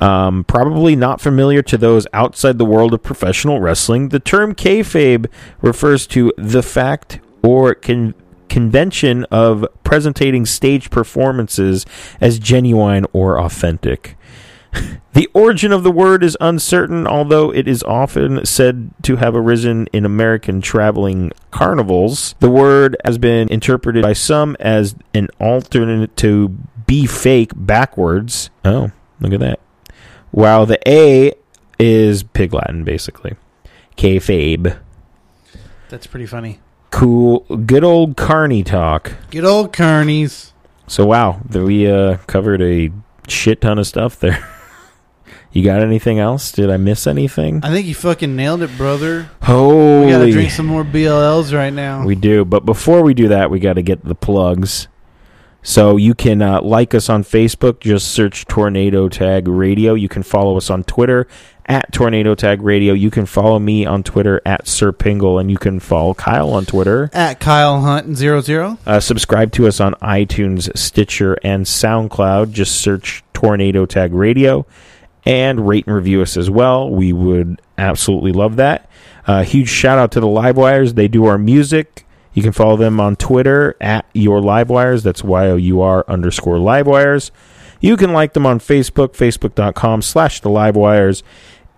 [SPEAKER 2] Um, probably not familiar to those outside the world of professional wrestling. The term kayfabe refers to the fact or con- convention of presenting stage performances as genuine or authentic. The origin of the word is uncertain, although it is often said to have arisen in American traveling carnivals. The word has been interpreted by some as an alternate to be fake backwards. Oh, look at that. While the A is pig Latin, basically. Kayfabe.
[SPEAKER 1] That's pretty funny.
[SPEAKER 2] Cool. Good old carny talk.
[SPEAKER 1] Good old carnies.
[SPEAKER 2] So, wow, th- we uh, covered a shit ton of stuff there. you got anything else? Did I miss anything?
[SPEAKER 1] I think you fucking nailed it, brother.
[SPEAKER 2] Holy.
[SPEAKER 1] We gotta drink some more BLLs right now.
[SPEAKER 2] We do. But before we do that, we got to get the plugs. So you can uh, like us on Facebook. Just search Tornado Tag Radio. You can follow us on Twitter at Tornado Tag Radio. You can follow me on Twitter at Sir Pingle, and you can follow Kyle on Twitter.
[SPEAKER 1] At Kyle Hunt zero zero.
[SPEAKER 2] Uh, subscribe to us on iTunes, Stitcher, and SoundCloud. Just search Tornado Tag Radio and rate and review us as well. We would absolutely love that. Uh, huge shout out to the Livewires. They do our music. You can follow them on Twitter at Your Livewires. That's Y O U R underscore Livewires. You can like them on Facebook, facebook.com slash the Livewires.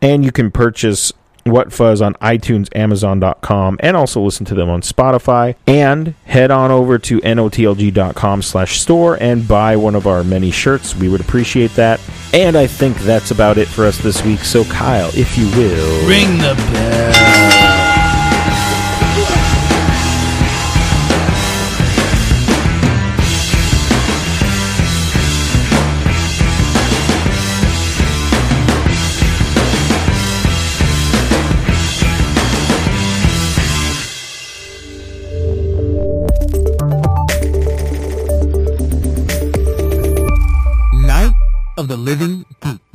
[SPEAKER 2] And you can purchase What Fuzz on iTunes, Amazon.com, and also listen to them on Spotify. And head on over to NOTLG.com slash store and buy one of our many shirts. We would appreciate that. And I think that's about it for us this week. So, Kyle, if you will.
[SPEAKER 1] Ring the bell.
[SPEAKER 3] Night of the Living Geek.